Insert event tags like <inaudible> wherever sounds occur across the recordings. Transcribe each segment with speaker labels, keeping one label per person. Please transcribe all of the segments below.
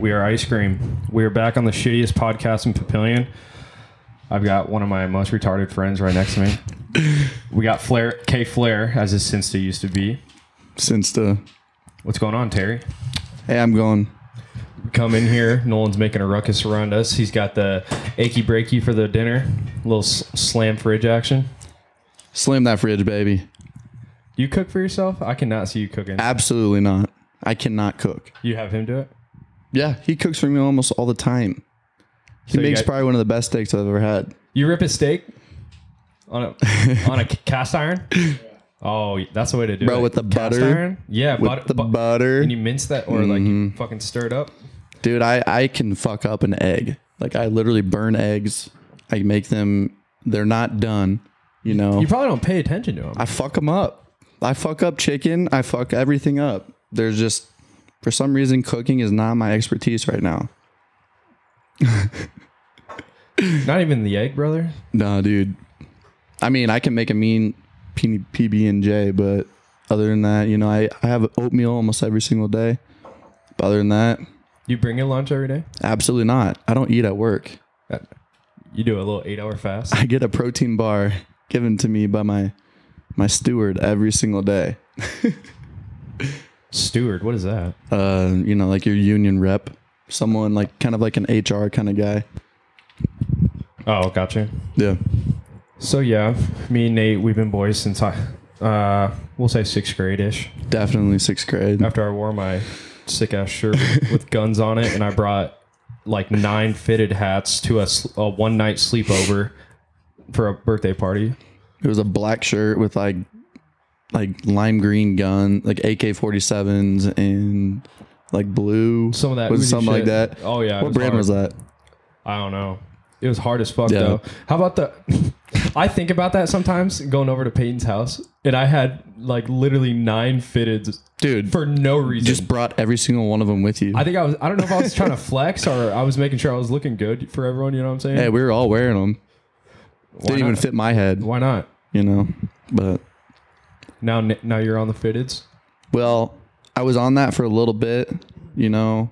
Speaker 1: We are ice cream. We are back on the shittiest podcast in Papillion. I've got one of my most retarded friends right next to me. We got Flair K Flair as his Sinsta used to be.
Speaker 2: since the
Speaker 1: What's going on, Terry?
Speaker 2: hey i'm going
Speaker 1: Come in here. Nolan's making a ruckus around us. He's got the achy breaky for the dinner. Little s- slam fridge action.
Speaker 2: slam that fridge baby
Speaker 1: You cook for yourself? I cannot see you cooking.
Speaker 2: absolutely not i cannot cook
Speaker 1: You have him do it.
Speaker 2: yeah he cooks for me almost all the time he
Speaker 1: So you
Speaker 2: makes
Speaker 1: got-
Speaker 2: probably one of the best steaks i've ever had
Speaker 1: You rip a steak on a on a cast iron. Oh, that's the way to do
Speaker 2: Bro,
Speaker 1: it,
Speaker 2: with the
Speaker 1: Cast
Speaker 2: butter.
Speaker 1: iron? Yeah,
Speaker 2: with
Speaker 1: butter,
Speaker 2: the
Speaker 1: bu-
Speaker 2: butter
Speaker 1: And you mince that, or like you
Speaker 2: Mm-hmm.
Speaker 1: fucking stir it up.
Speaker 2: dude I, I can fuck up an egg like i literally burn eggs i make them they're not done you know
Speaker 1: You probably don't pay attention to them.
Speaker 2: I fuck them up. I fuck up chicken. I fuck everything up. There's just for some reason cooking is not my expertise right now.
Speaker 1: Not even the egg, brother.
Speaker 2: No, dude. I mean, I can make a mean P- PB and J, but other than that, you know, I, I have oatmeal almost every single day. But other than that,
Speaker 1: You bring your lunch every day. Uh,
Speaker 2: absolutely not. I don't eat at work.
Speaker 1: You do a little eight-hour fast.
Speaker 2: I get a protein bar given to me by my my steward every single day.
Speaker 1: Steward, what is that?
Speaker 2: Uh, you know, like your union rep, someone like kind of like an HR kind of guy.
Speaker 1: Oh, gotcha.
Speaker 2: Yeah.
Speaker 1: So yeah, me and Nate, we've been boys since I, uh, we'll say sixth grade ish.
Speaker 2: Definitely sixth grade.
Speaker 1: after I wore my sick ass
Speaker 2: <laughs>
Speaker 1: shirt with guns on it, and I brought like nine fitted hats to a, one night sleepover for a birthday party.
Speaker 2: It was a black shirt with like like lime green gun, like AK forty sevens and like blue.
Speaker 1: Some of that
Speaker 2: was it
Speaker 1: Uzi
Speaker 2: something like
Speaker 1: shit.
Speaker 2: that.
Speaker 1: Oh yeah, it
Speaker 2: what brand
Speaker 1: hard.
Speaker 2: was that?
Speaker 1: I don't know. It was hard as fuck
Speaker 2: Yeah.
Speaker 1: though. How about the? <laughs> I think about that sometimes going over to Peyton's house, and I had like literally nine fitted
Speaker 2: Dude,
Speaker 1: for no reason.
Speaker 2: just brought every single one of them with you.
Speaker 1: I think I was. I don't know if I was trying to <laughs> flex or I was making sure I was looking good for everyone. You know what I'm saying?
Speaker 2: hey, we were all wearing them. Didn't even
Speaker 1: not?
Speaker 2: fit my head,
Speaker 1: Why not?
Speaker 2: you know. But
Speaker 1: Now, now you're on the fitteds.
Speaker 2: well, I was on that for a little bit, you know.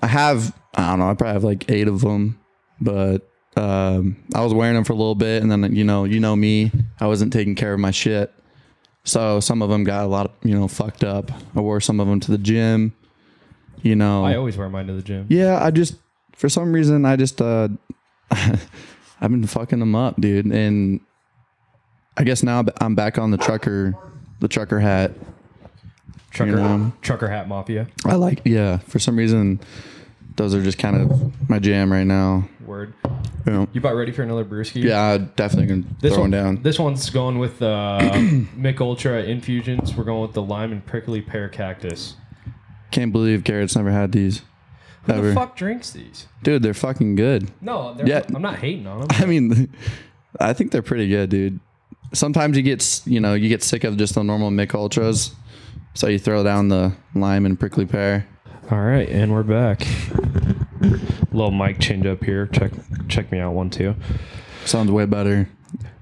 Speaker 2: I have I don't know, I probably have like 8 of them, but um, I was wearing them for a little bit, and then you know, you know me, I wasn't taking care of my shit. So some of them got a lot, you know, fucked up. I wore some of them to the gym, you know.
Speaker 1: I always wear mine to the gym.
Speaker 2: yeah, I just for some reason I just uh, <laughs> I've been fucking them up, dude, and I guess now I'm back on the trucker, the trucker hat.
Speaker 1: Trucker,
Speaker 2: know?
Speaker 1: trucker hat mafia.
Speaker 2: I like, yeah. For some reason, those are just kind of my jam right now.
Speaker 1: Word.
Speaker 2: You know,
Speaker 1: You about ready for another brewski?
Speaker 2: yeah, I definitely can
Speaker 1: This
Speaker 2: throw
Speaker 1: one
Speaker 2: one down.
Speaker 1: This one's going with uh, Mick Ultra infusions. We're going with the lime and prickly pear cactus.
Speaker 2: Can't believe Garrett's never had these,
Speaker 1: Who
Speaker 2: ever.
Speaker 1: the fuck drinks these?
Speaker 2: Dude, they're fucking good. <laughs>
Speaker 1: No, they're-
Speaker 2: Yeah.
Speaker 1: I'm not hating on them.
Speaker 2: I mean, I think they're pretty good, dude. Sometimes you get, s- you know, you get sick of just the normal Mick Ultras, so you throw down the lime and prickly pear.
Speaker 1: All right, and we're back. Little mic change up here. Check check me out one too.
Speaker 2: Sounds way better.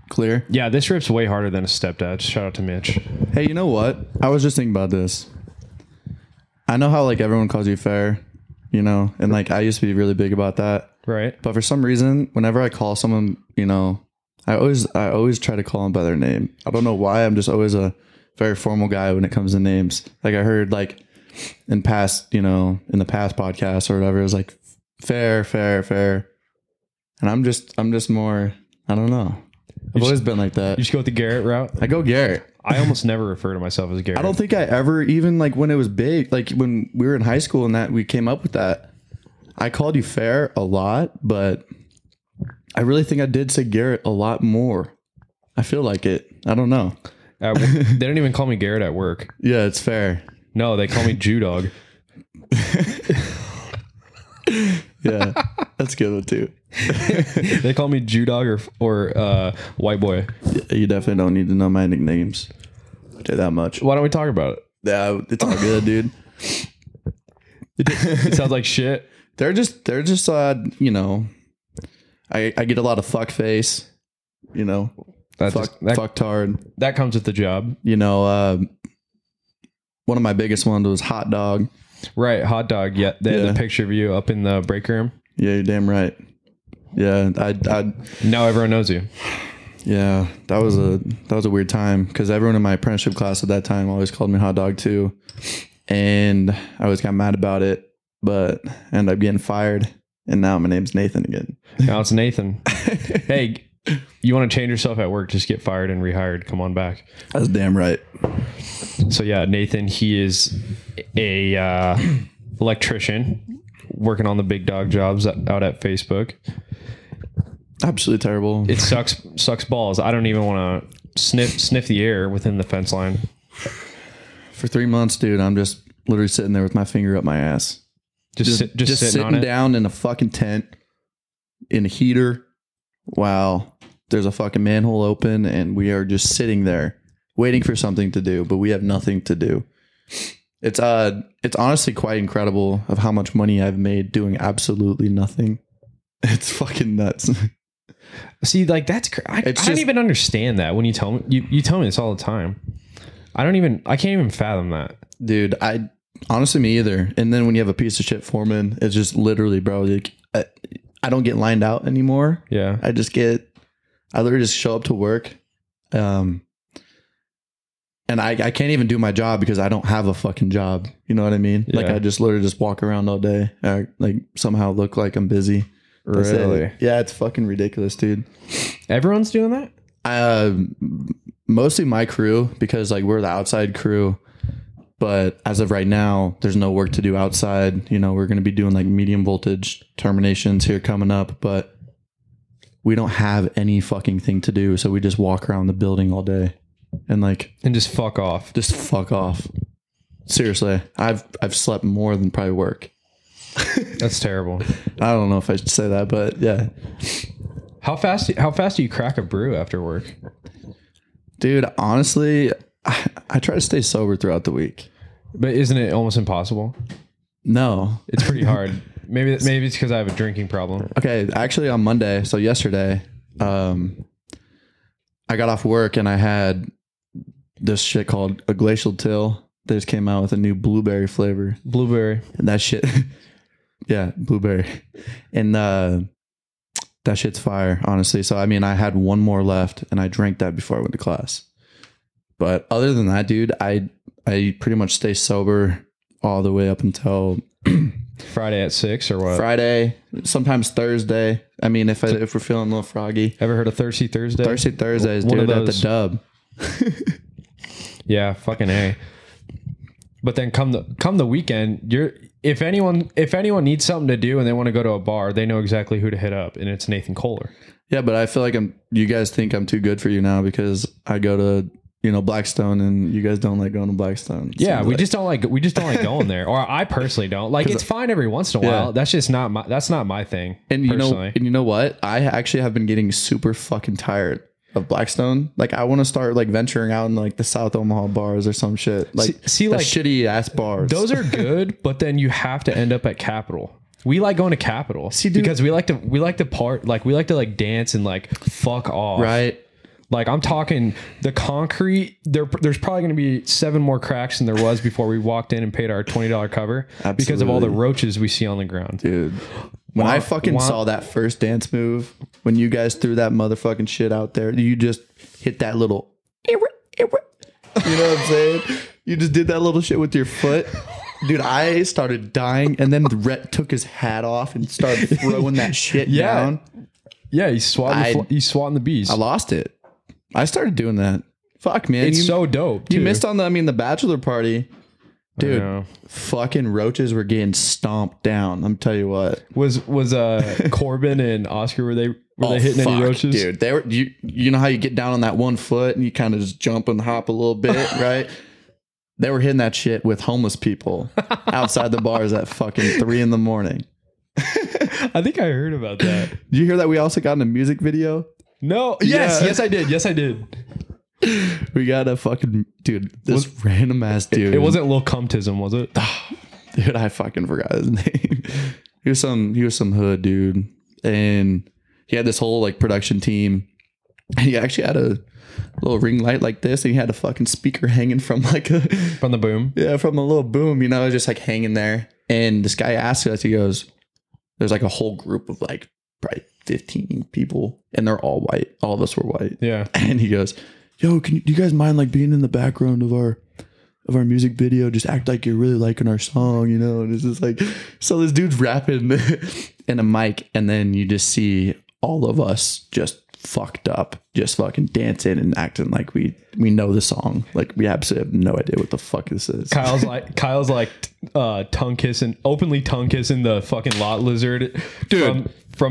Speaker 2: Clear.
Speaker 1: Yeah, this rips way harder than a stepdad. Shout out to Mitch.
Speaker 2: Hey, you know what? I was just thinking about this. I know how like everyone calls you fair, you know, and like I used to be really big about that.
Speaker 1: Right.
Speaker 2: But for some reason, whenever I call someone, you know, I always I always try to call them by their name. I don't know why. I'm just always a very formal guy when it comes to names. Like I heard like in past, you know, in the past podcasts or whatever, it was like fair, fair, fair. And I'm just I'm just more I don't know. I've always been like
Speaker 1: You
Speaker 2: that.
Speaker 1: just go with the Garrett route.
Speaker 2: I go Garrett.
Speaker 1: I almost never refer to myself as Garrett.
Speaker 2: I don't think I ever even like when it was big, like when we were in high school and that we came up with that. I called you fair a lot, but I really think I did say Garrett a lot more. I feel like it. I don't know.
Speaker 1: At wo- they didn't even call me Garrett at work.
Speaker 2: Yeah, it's fair.
Speaker 1: No, they call me Jew Dog.
Speaker 2: <laughs> Yeah, that's a good one too.
Speaker 1: They call me Jew Dog or or uh, White Boy.
Speaker 2: You definitely don't need to know my nicknames. I do that much.
Speaker 1: Why don't we talk about it?
Speaker 2: Yeah, it's all good, dude.
Speaker 1: It sounds like shit.
Speaker 2: <coughs> They're just they're just uh you know, I I get a lot of fuck face, you know,
Speaker 1: That,
Speaker 2: fuck
Speaker 1: just- that,
Speaker 2: fucktard.
Speaker 1: that comes with the job.
Speaker 2: you know, uh, one of my biggest ones was hot dog.
Speaker 1: Right, hot dog. Yeah, they had
Speaker 2: Yeah.
Speaker 1: the picture of you up in the break room.
Speaker 2: Yeah, you're damn right. Yeah, I, I,
Speaker 1: Now everyone knows you.
Speaker 2: yeah, that was a that was a weird time because everyone in my apprenticeship class at that time always called me hot dog too, and I always got mad about it, but ended up getting fired, and now my name's Nathan again.
Speaker 1: Now it's Nathan. hey, you want to change yourself at work? Just get fired and rehired. Come on back.
Speaker 2: That's damn right.
Speaker 1: So yeah, Nathan, he is a uh, electrician working on the big dog jobs out at Facebook.
Speaker 2: Absolutely terrible.
Speaker 1: It sucks sucks balls. I don't even want to sniff sniff the air within the fence line.
Speaker 2: For three months, dude, I'm just literally sitting there with my finger up my ass,
Speaker 1: Just
Speaker 2: just
Speaker 1: sit, just, sitting, on it.
Speaker 2: down in a fucking tent, in a heater. Wow, there's a fucking manhole open, and we are just sitting there waiting for something to do, but we have nothing to do. It's uh, it's honestly quite incredible of how much money I've made doing absolutely nothing. <laughs> It's fucking nuts. <laughs>
Speaker 1: See, like that's cr- I, I
Speaker 2: It's
Speaker 1: don't
Speaker 2: just-
Speaker 1: even understand that when you tell me you, you tell me this all the time. I don't even I can't even fathom that.
Speaker 2: dude i honestly me either and then when you have a piece of shit foreman it's just literally bro like i, I don't get lined out anymore
Speaker 1: Yeah.
Speaker 2: i just get i literally just show up to work um and I, I can't even do my job because I don't have a fucking job. You know what I mean? Like
Speaker 1: Yeah.
Speaker 2: I just literally just walk around all day. I, like somehow look like I'm busy. That's it. Yeah, it's fucking ridiculous, dude.
Speaker 1: Everyone's doing that?
Speaker 2: Uh, mostly my crew because like we're the outside crew. But as of right now, there's no work to do outside. You know, we're going to be doing like medium voltage terminations here coming up, but we don't have any fucking thing to do. So we just walk around the building all day and like
Speaker 1: And just fuck off.
Speaker 2: just fuck off. Seriously, I've I've slept more than probably work.
Speaker 1: That's terrible.
Speaker 2: I don't know if I should say that, but yeah,
Speaker 1: How fast how fast do you crack a brew after work?
Speaker 2: dude. Honestly, I, I try to stay sober throughout the week.
Speaker 1: But isn't it almost impossible?
Speaker 2: No,
Speaker 1: It's pretty hard. maybe maybe it's because I have a drinking problem.
Speaker 2: Okay, actually on Monday, so yesterday, um I got off work and I had this shit called a glacial till. They just came out with a new blueberry flavor.
Speaker 1: Blueberry.
Speaker 2: And that shit <laughs> Yeah, blueberry. And uh that shit's fire, honestly. So I mean I had one more left and I drank that before I went to class. But other than that, dude, I I pretty much stay sober all the way up until
Speaker 1: Friday at six or what?
Speaker 2: Friday, sometimes Thursday. I mean, if I, if we're feeling a little froggy,
Speaker 1: Ever heard of Thirsty Thursday?
Speaker 2: Thursday, Thursdays,
Speaker 1: One
Speaker 2: dude,
Speaker 1: of
Speaker 2: at the
Speaker 1: those.
Speaker 2: dub.
Speaker 1: Yeah, fucking a. But then come the come the weekend, you're if anyone if anyone needs something to do and they want to go to a bar, they know exactly who to hit up, and it's Nathan Kohler.
Speaker 2: Yeah, but I feel like I'm. You guys think I'm too good for you now because I go to you know Blackstone and you guys don't like going to Blackstone. It
Speaker 1: Yeah,
Speaker 2: seems
Speaker 1: we
Speaker 2: like.
Speaker 1: just don't like we just don't like going there, or I personally don't <laughs> like. It's fine every once in a
Speaker 2: Yeah.
Speaker 1: while. That's just not my that's not my thing.
Speaker 2: and you
Speaker 1: personally.
Speaker 2: know and you know what? I actually have been getting super fucking tired of Blackstone. Like I want to start like venturing out in like the South Omaha bars or some shit. Like
Speaker 1: see,
Speaker 2: the
Speaker 1: like,
Speaker 2: shitty ass bars.
Speaker 1: those are
Speaker 2: <laughs>
Speaker 1: good, but then you have to end up at Capital. We like going to Capital
Speaker 2: dude-
Speaker 1: because we like to we like to part like we like to like dance and like fuck off.
Speaker 2: right.
Speaker 1: Like I'm talking the concrete. There, there's probably going to be seven more cracks than there was before we walked in and paid our twenty dollar cover because of all the
Speaker 2: Absolutely.
Speaker 1: roaches we see on the ground.
Speaker 2: dude. When I
Speaker 1: Womp,
Speaker 2: fucking
Speaker 1: womp.
Speaker 2: saw that first dance move, when you guys threw that motherfucking shit out there, you just hit that little. You know what I'm saying? You just did that little shit with your foot. Dude, I started dying, and then Rhett took his hat off and started
Speaker 1: <laughs>
Speaker 2: throwing that shit
Speaker 1: Yeah.
Speaker 2: down.
Speaker 1: Yeah, he's swatting.
Speaker 2: I-
Speaker 1: the fl- he's swatting the bees.
Speaker 2: I lost it. I started doing that. Fuck, man.
Speaker 1: it's
Speaker 2: you,
Speaker 1: so dope.
Speaker 2: you
Speaker 1: too.
Speaker 2: missed on the, I mean, the bachelor party. Dude,
Speaker 1: Yeah.
Speaker 2: fucking roaches were getting stomped down. I'm tell you what.
Speaker 1: Was was
Speaker 2: <laughs>
Speaker 1: uh Corbin and Oscar were they were they
Speaker 2: Oh,
Speaker 1: hitting any
Speaker 2: fuck,
Speaker 1: roaches?
Speaker 2: dude? They were you. You know how you get down on that one foot and you kind of just jump and hop a little bit,
Speaker 1: <laughs>
Speaker 2: right? They were hitting that shit with homeless people outside the bars at fucking three in the morning.
Speaker 1: I think I heard about that.
Speaker 2: Did you hear that? We also got in a music video.
Speaker 1: No. Yes.
Speaker 2: Yeah.
Speaker 1: Yes, I did. Yes, I did.
Speaker 2: We got a fucking dude. This random ass dude.
Speaker 1: It wasn't Lil Cumtism, was it?
Speaker 2: dude. I fucking forgot his <laughs> name. he was some he was some hood dude, and he had this whole like production team, And he actually had a little ring light like this, and he had a fucking speaker hanging from like a
Speaker 1: From the boom.
Speaker 2: yeah, from a little boom, you know, just like hanging there. And this guy asked us, he goes, There's like a whole group of like probably 15 people, and they're all white. All of us were white.
Speaker 1: Yeah.
Speaker 2: <laughs> And he goes, Yo, can you, do you guys mind like being in the background of our of our music video? Just act like you're really liking our song, you know? And it's just like so this dude's rapping <laughs> in a mic, and then you just see all of us just fucked up, just fucking dancing and acting like we we know the song. Like we absolutely have no idea what the fuck this is.
Speaker 1: Kyle's like Kyle's like t- uh, tongue kissing, openly tongue kissing the fucking lot lizard, dude, from,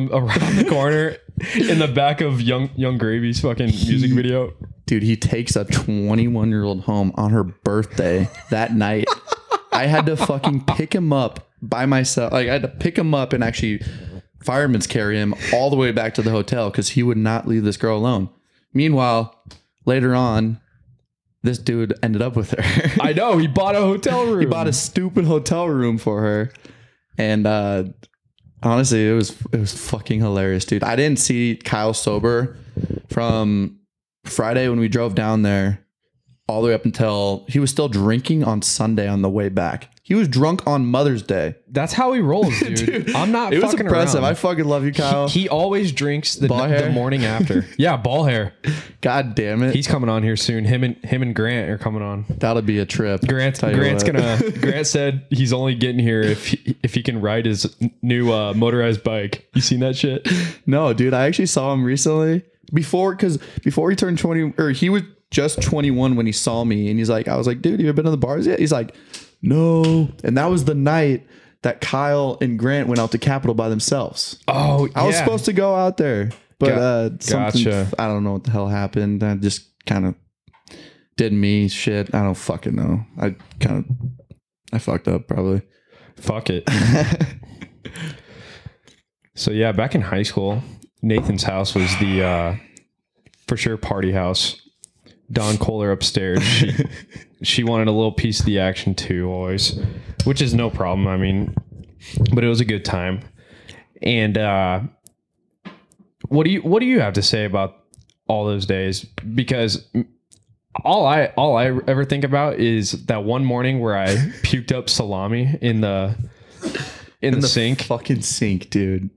Speaker 1: from around the corner in the back of Young Young Gravy's fucking music video.
Speaker 2: dude he takes a 21 year old home on her birthday that night i had to fucking pick him up by myself like i had to pick him up and actually firemen's carry him all the way back to the hotel because he would not leave this girl alone meanwhile later on this dude ended up with her <laughs>
Speaker 1: I know he bought a hotel room.
Speaker 2: he bought a stupid hotel room for her and uh honestly it was it was fucking hilarious dude i didn't see kyle sober from friday when we drove down there all the way up until he was still drinking on sunday on the way back he was drunk on mother's day
Speaker 1: That's how he rolls, <laughs> dude. I'm not.
Speaker 2: it was
Speaker 1: fucking
Speaker 2: impressive
Speaker 1: Around.
Speaker 2: i fucking love you kyle
Speaker 1: he always drinks the,
Speaker 2: Ball
Speaker 1: the
Speaker 2: hair?
Speaker 1: morning <laughs> after. yeah, ball hair.
Speaker 2: god damn it
Speaker 1: He's coming on here soon. Him and him and Grant are coming on.
Speaker 2: that'll be a trip
Speaker 1: Grant's
Speaker 2: Tell you
Speaker 1: Grant's
Speaker 2: what.
Speaker 1: gonna.
Speaker 2: <laughs>
Speaker 1: Grant said he's only getting here if he, if he can ride his n- new uh, motorized bike. You seen that shit?
Speaker 2: No, dude, I actually saw him recently before because before he turned 20 or he was just 21 when he saw me and he's like, I was like, dude, you ever been to the bars yet? He's like, no. And that was the night that Kyle and Grant went out to Capitol by themselves.
Speaker 1: Oh,
Speaker 2: I was supposed to go out there, but
Speaker 1: Got-
Speaker 2: uh, something,
Speaker 1: gotcha.
Speaker 2: I don't know what the hell happened. I just kind of did me shit. I don't fucking know. I kind of, I fucked up probably.
Speaker 1: Fuck it. so yeah, back in high school, Nathan's house was the uh, for sure party house. Don Kohler upstairs. She, <laughs> she wanted a little piece of the action too, always, which is no problem. I mean, but it was a good time. And uh, what do you what do you have to say about all those days? Because all I all I ever think about is that one morning where I puked up salami in the in, the, sink,
Speaker 2: Fucking sink, dude.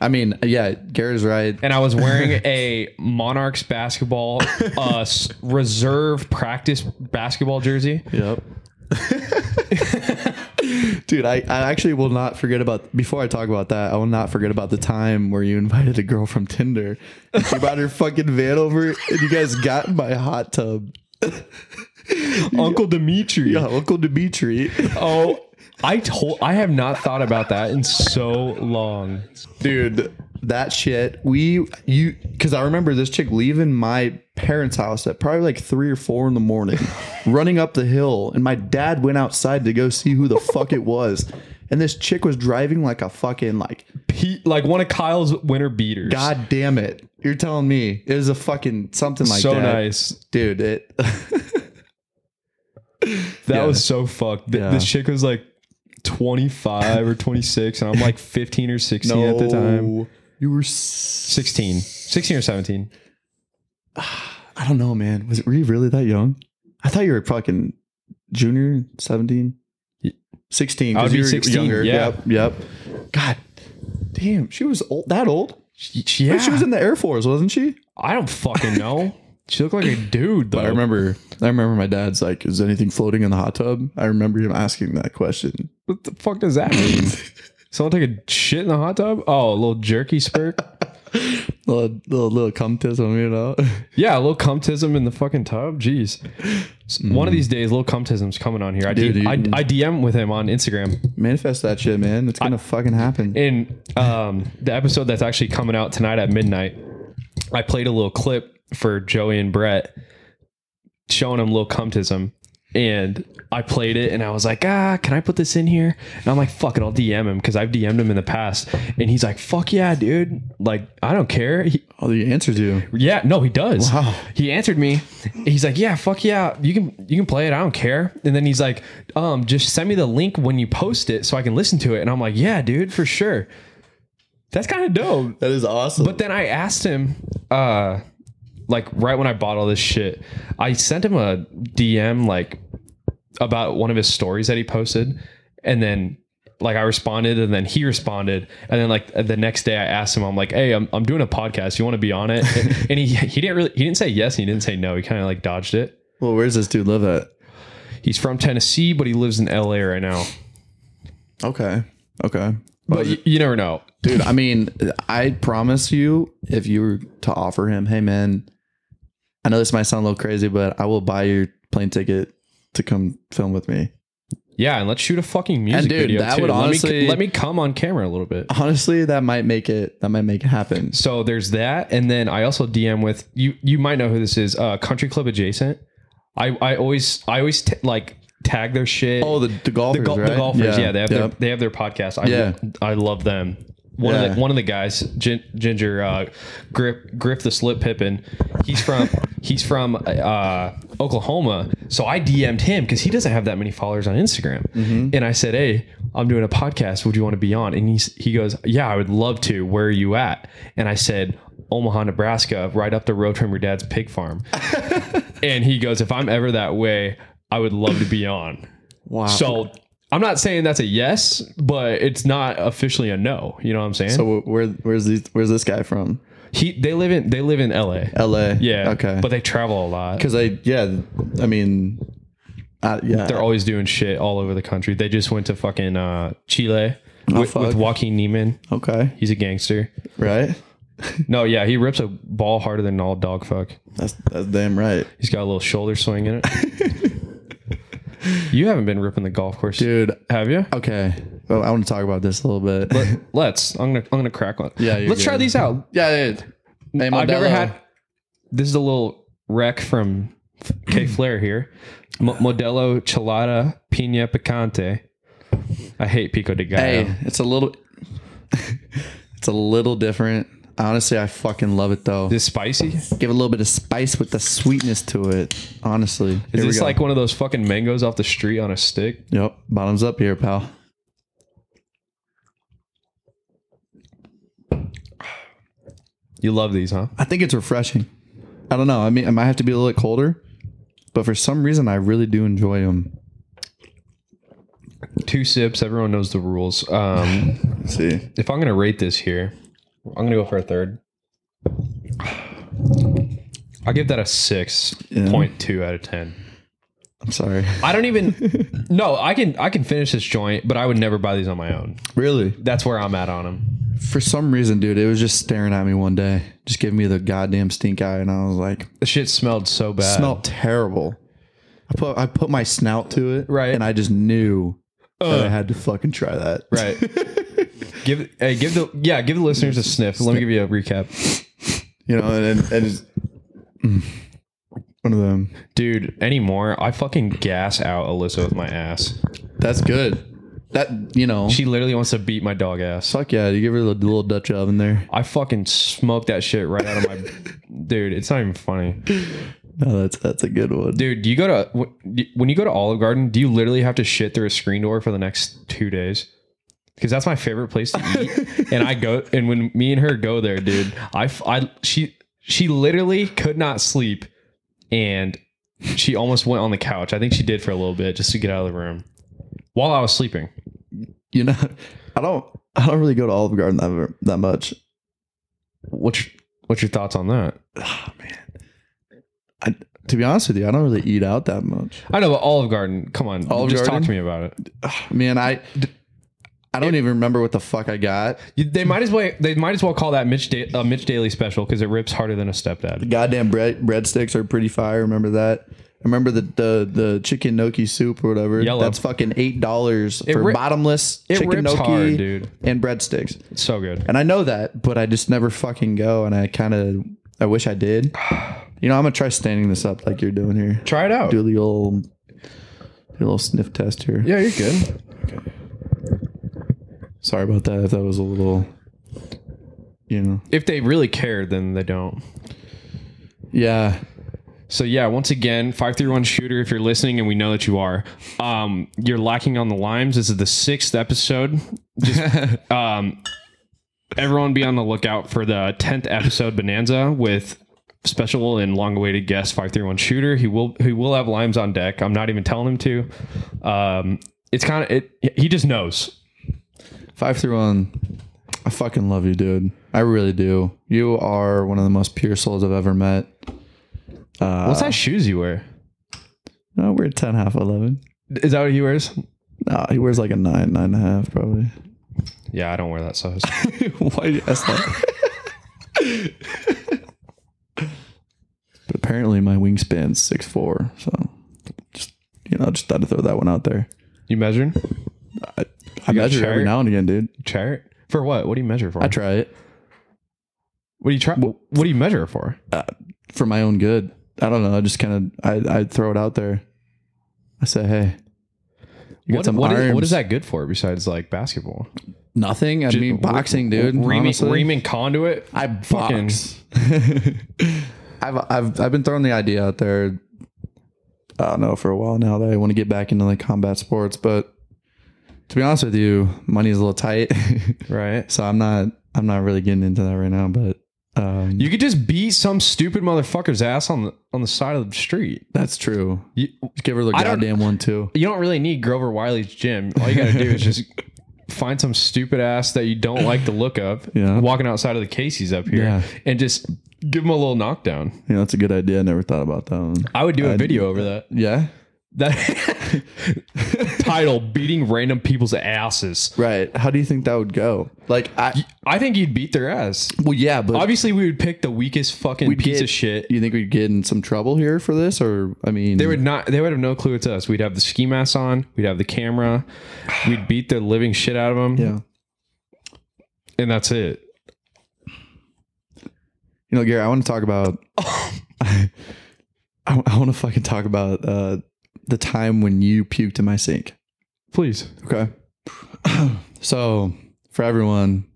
Speaker 2: I mean, yeah, Gary's right.
Speaker 1: and I was <laughs> wearing a Monarchs basketball uh, s- reserve practice basketball jersey.
Speaker 2: Yep. <laughs> Dude, I, I actually will not forget about before I talk about that, I will not forget about the time where you invited a girl from Tinder. and She brought <laughs> her fucking van over and you guys got in my hot tub.
Speaker 1: Uncle Dimitri.
Speaker 2: Yeah, Uncle Dimitri.
Speaker 1: Oh, I told I have not thought about that in so long.
Speaker 2: Dude, that shit. We you cause I remember this chick leaving my parents' house at probably like three or four in the <laughs> morning, running up the hill, and my dad went outside to go see who the fuck it was. And this chick was driving like a fucking like
Speaker 1: He, like one of Kyle's winter beaters.
Speaker 2: God damn it. You're telling me it was a fucking something like
Speaker 1: so
Speaker 2: that.
Speaker 1: nice.
Speaker 2: Dude, it <laughs>
Speaker 1: That
Speaker 2: Yeah.
Speaker 1: was so fucked. Th-
Speaker 2: Yeah.
Speaker 1: This chick was like 25 or 26, and I'm like 15 or 16 at the time.
Speaker 2: No. You were six
Speaker 1: 16, 16 or 17.
Speaker 2: I don't know, man. Was it were you really that young? I thought you were fucking junior, 17, 16.
Speaker 1: I would
Speaker 2: 'cause
Speaker 1: be
Speaker 2: you were
Speaker 1: 16, yeah.
Speaker 2: Yep. Yep. God damn. She was old, that old.
Speaker 1: Yeah,
Speaker 2: She was in the Air Force, wasn't she?
Speaker 1: I don't fucking know. she looked like a dude though.
Speaker 2: I remember I remember my dad's like, is anything floating in the hot tub? I remember him asking that question.
Speaker 1: What the fuck does that
Speaker 2: <laughs>
Speaker 1: mean? Someone take a shit in the hot tub? Oh, a little jerky spurt.
Speaker 2: Little little, little cum test on me, you know? <laughs>
Speaker 1: Yeah, a little cumtism in the fucking tub. Jeez. S- One of these days, little cumtism's coming on here. I,
Speaker 2: Mm. Dude,
Speaker 1: D- I,
Speaker 2: you-
Speaker 1: I DM with him on Instagram.
Speaker 2: Manifest that shit, man. It's gonna fucking happen.
Speaker 1: in um, the episode that's actually coming out tonight at midnight, I played a little clip for Joey and Brett showing them Lil Cumtism. And I played it and I was like, ah, can I put this in here? And I'm like, fuck it, I'll DM him because I've DM'd him in the past. And he's like, fuck yeah, dude. Like, I don't care. He,
Speaker 2: Oh, you answered you.
Speaker 1: yeah, no, he does.
Speaker 2: Wow.
Speaker 1: He answered me. He's like, "Yeah, fuck yeah, you can you can play it. I don't care." And then he's like, "Um, just send me the link when you post it so I can listen to it." And I'm like, "Yeah, dude, for sure." That's kind of dope.
Speaker 2: That is awesome.
Speaker 1: But then I asked him, uh, like right when I bought all this shit, I sent him a DM like about one of his stories that he posted, and then like I responded, and then he responded, and then like the next day I asked him, I'm like, hey, I'm I'm doing a podcast, you want to be on it? <laughs> and he he didn't really he didn't say yes, and he didn't say no, he kind of like dodged it.
Speaker 2: Well, where's this dude live at?
Speaker 1: He's from Tennessee, but he lives in LA right now.
Speaker 2: Okay. Okay.
Speaker 1: But you, you never know.
Speaker 2: Dude, I mean, I promise you, if you were to offer him, hey man, I know this might sound a little crazy, but I will buy your plane ticket to come film with me.
Speaker 1: Yeah, and let's shoot a fucking music
Speaker 2: dude,
Speaker 1: video
Speaker 2: that
Speaker 1: too.
Speaker 2: would
Speaker 1: let me
Speaker 2: honestly-
Speaker 1: let me come on camera a little bit.
Speaker 2: Honestly, that might make it that might make it happen.
Speaker 1: So there's that, and then I also DM with you. You might know who this is. Uh, Country Club Adjacent. I I always I always t- like tag their shit.
Speaker 2: Oh, the the golfers,
Speaker 1: the, gol-
Speaker 2: right?
Speaker 1: the golfers. Yeah, they have their
Speaker 2: Yep.
Speaker 1: they have their podcast. I
Speaker 2: Yeah.
Speaker 1: I love them. One of
Speaker 2: Yeah.
Speaker 1: the one of the guys, Gin, Ginger uh, Grip Griff the Slip Pippin. He's from <laughs> he's from uh, Oklahoma. So I DM'd him because he doesn't have that many followers on Instagram,
Speaker 2: Mm-hmm.
Speaker 1: and I said, "Hey, I'm doing a podcast. Would you want to be on?" And he he goes, "Yeah, I would love to. Where are you at?" And I said. Omaha, Nebraska, right up the road from your dad's pig
Speaker 2: <laughs>
Speaker 1: farm. and he goes, If I'm ever that way, I would love to be on.
Speaker 2: Wow.
Speaker 1: So I'm not saying that's a yes, but it's not officially a no. You know what I'm saying? So
Speaker 2: So wh- where where's these where's this guy from?
Speaker 1: he they live in they live in L.A.
Speaker 2: LA.
Speaker 1: Yeah.
Speaker 2: Okay.
Speaker 1: But they travel a lot.
Speaker 2: Cuz I yeah, I mean I, yeah.
Speaker 1: They're always doing shit all over the country. They just went to fucking uh, Chile with,
Speaker 2: Oh, fuck.
Speaker 1: with Joaquin Neiman.
Speaker 2: okay.
Speaker 1: He's a gangster.
Speaker 2: Right?
Speaker 1: No, yeah, he rips a ball harder than all dog fuck.
Speaker 2: That's that's damn right.
Speaker 1: He's got a little shoulder swing in it.
Speaker 2: <laughs>
Speaker 1: you haven't been ripping the golf course,
Speaker 2: Dude,
Speaker 1: have you?
Speaker 2: okay. Well, I want to talk about this a little bit.
Speaker 1: Let's. I'm gonna. I'm gonna crack one.
Speaker 2: Yeah, you're
Speaker 1: Let's try
Speaker 2: good.
Speaker 1: these out.
Speaker 2: <laughs> yeah, dude. Name
Speaker 1: I've never
Speaker 2: Modelo.
Speaker 1: had. This is a little wreck from K
Speaker 2: <clears throat>
Speaker 1: Flair here. M- Modelo Chelada Pina Picante. I hate pico de gallo.
Speaker 2: Hey, it's a little <laughs> it's a little different. Honestly, I fucking love it though.
Speaker 1: Is this spicy? Is
Speaker 2: Give it a little bit of spice with the sweetness to it. Honestly. Is
Speaker 1: this like one of those fucking mangoes off the street on a stick?
Speaker 2: Yep, bottoms up here, pal.
Speaker 1: You love these, huh?
Speaker 2: I think it's refreshing. I don't know. I mean, it might have to be a little bit colder, but for some reason, I really do enjoy them.
Speaker 1: Two sips. Everyone knows the rules.
Speaker 2: <laughs>
Speaker 1: Um,
Speaker 2: Let's see,
Speaker 1: if I'm gonna rate this here, I'm gonna go for a third. I give that a six
Speaker 2: Yeah.
Speaker 1: point two out of ten.
Speaker 2: I'm sorry.
Speaker 1: I don't
Speaker 2: <laughs>
Speaker 1: even. no, I can I can finish this joint, but I would never buy these on my own.
Speaker 2: Really?
Speaker 1: That's where I'm at on them.
Speaker 2: For some reason, dude, it was just staring at me one day, just giving me the goddamn stink eye, and I was like,
Speaker 1: The shit smelled so bad.
Speaker 2: smelled terrible. I put I put my snout to it,
Speaker 1: Right. Uh.
Speaker 2: and I just knew that I had to fucking try that. <laughs>
Speaker 1: right. give hey, give the yeah give the listeners a sniff. Let me give you a recap,
Speaker 2: You know, and and, and it's, Mm. one of them.
Speaker 1: dude. Anymore, I fucking gas out Alyssa with my ass.
Speaker 2: That's good. That you know,
Speaker 1: She literally wants to beat my dog ass.
Speaker 2: fuck yeah, you give her the little Dutch oven there.
Speaker 1: I fucking smoked that shit right out of
Speaker 2: <laughs>
Speaker 1: my dude. It's not even funny,
Speaker 2: No, that's that's a good one.
Speaker 1: dude. You go to wh- when you go to Olive Garden, do you literally have to shit through a screen door for the next two days? Because that's my favorite place to
Speaker 2: <laughs>
Speaker 1: eat, and I go and when me and her go there, dude, I, f- I- she she literally could not sleep, and she almost went on the couch. I think she did for a little bit just to get out of the room while I was sleeping.
Speaker 2: you know, I don't I don't really go to Olive Garden that that much.
Speaker 1: What's your, what's your thoughts on that?
Speaker 2: Oh man, I, to be honest with you, I don't really eat out that much.
Speaker 1: I know, but Olive Garden. Come on,
Speaker 2: Olive
Speaker 1: just
Speaker 2: Garden?
Speaker 1: talk to me about it.
Speaker 2: Ugh, Ah, man, I I don't even remember what the fuck I got.
Speaker 1: You- They might as well. They might as well call that Mitch da- uh, Mitch Daily special because it rips harder than a stepdad.
Speaker 2: Goddamn bread breadsticks are pretty fire. Remember that. I remember the the, the chicken gnocchi soup or whatever.
Speaker 1: Yellow.
Speaker 2: That's fucking eight dollars for
Speaker 1: ri-
Speaker 2: bottomless
Speaker 1: it
Speaker 2: chicken
Speaker 1: rips
Speaker 2: gnocchi
Speaker 1: hard, dude.
Speaker 2: and breadsticks.
Speaker 1: It's so good.
Speaker 2: And I know that, but I just never fucking go. And I kind of I wish
Speaker 1: <sighs>
Speaker 2: I did. You know, I'm gonna try standing this up like you're doing here.
Speaker 1: Try it out.
Speaker 2: do the old the little sniff test here.
Speaker 1: Yeah, you're good.
Speaker 2: Sorry about that if that was a little you know.
Speaker 1: If they really care, then they don't.
Speaker 2: Yeah.
Speaker 1: So yeah, once again, five three one shooter. If you're listening, and we know that you are, um, you're lacking on the limes. This is the sixth episode.
Speaker 2: <laughs>
Speaker 1: Just, um, everyone be on the lookout for the tenth episode bonanza with special and long-awaited guest 531 shooter. He will he will have limes on deck. I'm not even telling him to. Um, it's kind of it. He just knows.
Speaker 2: Five through one. I fucking love you, dude. I really do. You are one of the most pure souls I've ever met. Uh,
Speaker 1: What size shoes you wear?
Speaker 2: no, we're ten, half eleven.
Speaker 1: Is that what he wears?
Speaker 2: Nah, he wears like a nine, nine and a half, probably. <laughs>
Speaker 1: Yeah, I don't wear that size.
Speaker 2: Why did you ask that? but apparently, my wingspan's six four, so just you know, just thought to throw that one out there.
Speaker 1: you measuring?
Speaker 2: I, I
Speaker 1: You got
Speaker 2: measure every
Speaker 1: chart?
Speaker 2: now and again, dude.
Speaker 1: Chart for what? What do you measure for?
Speaker 2: I try it
Speaker 1: what do you try? What do you measure it for?
Speaker 2: Uh, for my own good. I don't know. I just kind of I I throw it out there. I say, hey, you got
Speaker 1: What,
Speaker 2: some
Speaker 1: what is-
Speaker 2: irons.
Speaker 1: what is that good for besides like basketball?
Speaker 2: Nothing. I mean, boxing, dude.
Speaker 1: Reaming,
Speaker 2: honestly.
Speaker 1: reaming conduit.
Speaker 2: I
Speaker 1: Fucking-
Speaker 2: box. <laughs> I've I've I've been throwing the idea out there. I don't know for a while now that I want to get back into like combat sports, but to be honest with you, money's a little tight, <laughs>
Speaker 1: Right.
Speaker 2: so I'm not I'm not really getting into that right now. But um,
Speaker 1: You could just beat some stupid motherfucker's ass on the on the side of the street.
Speaker 2: that's true.
Speaker 1: You,
Speaker 2: Just give her the
Speaker 1: I don't-
Speaker 2: goddamn one too.
Speaker 1: you don't really need Grover Wiley's gym. All you gotta do is
Speaker 2: <laughs>
Speaker 1: just find some stupid ass that you don't like the look of.
Speaker 2: Yeah.
Speaker 1: Walking outside of the Casey's up here
Speaker 2: Yeah.
Speaker 1: and just give him a little knockdown.
Speaker 2: You know, that's a good idea. I never thought about that one.
Speaker 1: I would do a video over that.
Speaker 2: Yeah,
Speaker 1: That <laughs> title beating random people's asses.
Speaker 2: right. How do you think that would go? Like, I
Speaker 1: I think you'd beat their ass.
Speaker 2: well, yeah, but
Speaker 1: Obviously, we would pick the weakest fucking
Speaker 2: We'd
Speaker 1: piece
Speaker 2: get-
Speaker 1: of shit.
Speaker 2: you think we'd get in some trouble here for this, or I mean,
Speaker 1: They would not. They would have no clue it's us. We'd have the ski mask on. We'd have the camera. We'd beat the living shit out of them.
Speaker 2: yeah.
Speaker 1: and that's it.
Speaker 2: You know, Gary, I want to talk about. <laughs> I, I want to fucking talk about uh, the time when you puked in my sink.
Speaker 1: Please.
Speaker 2: Okay. <clears throat> so for everyone,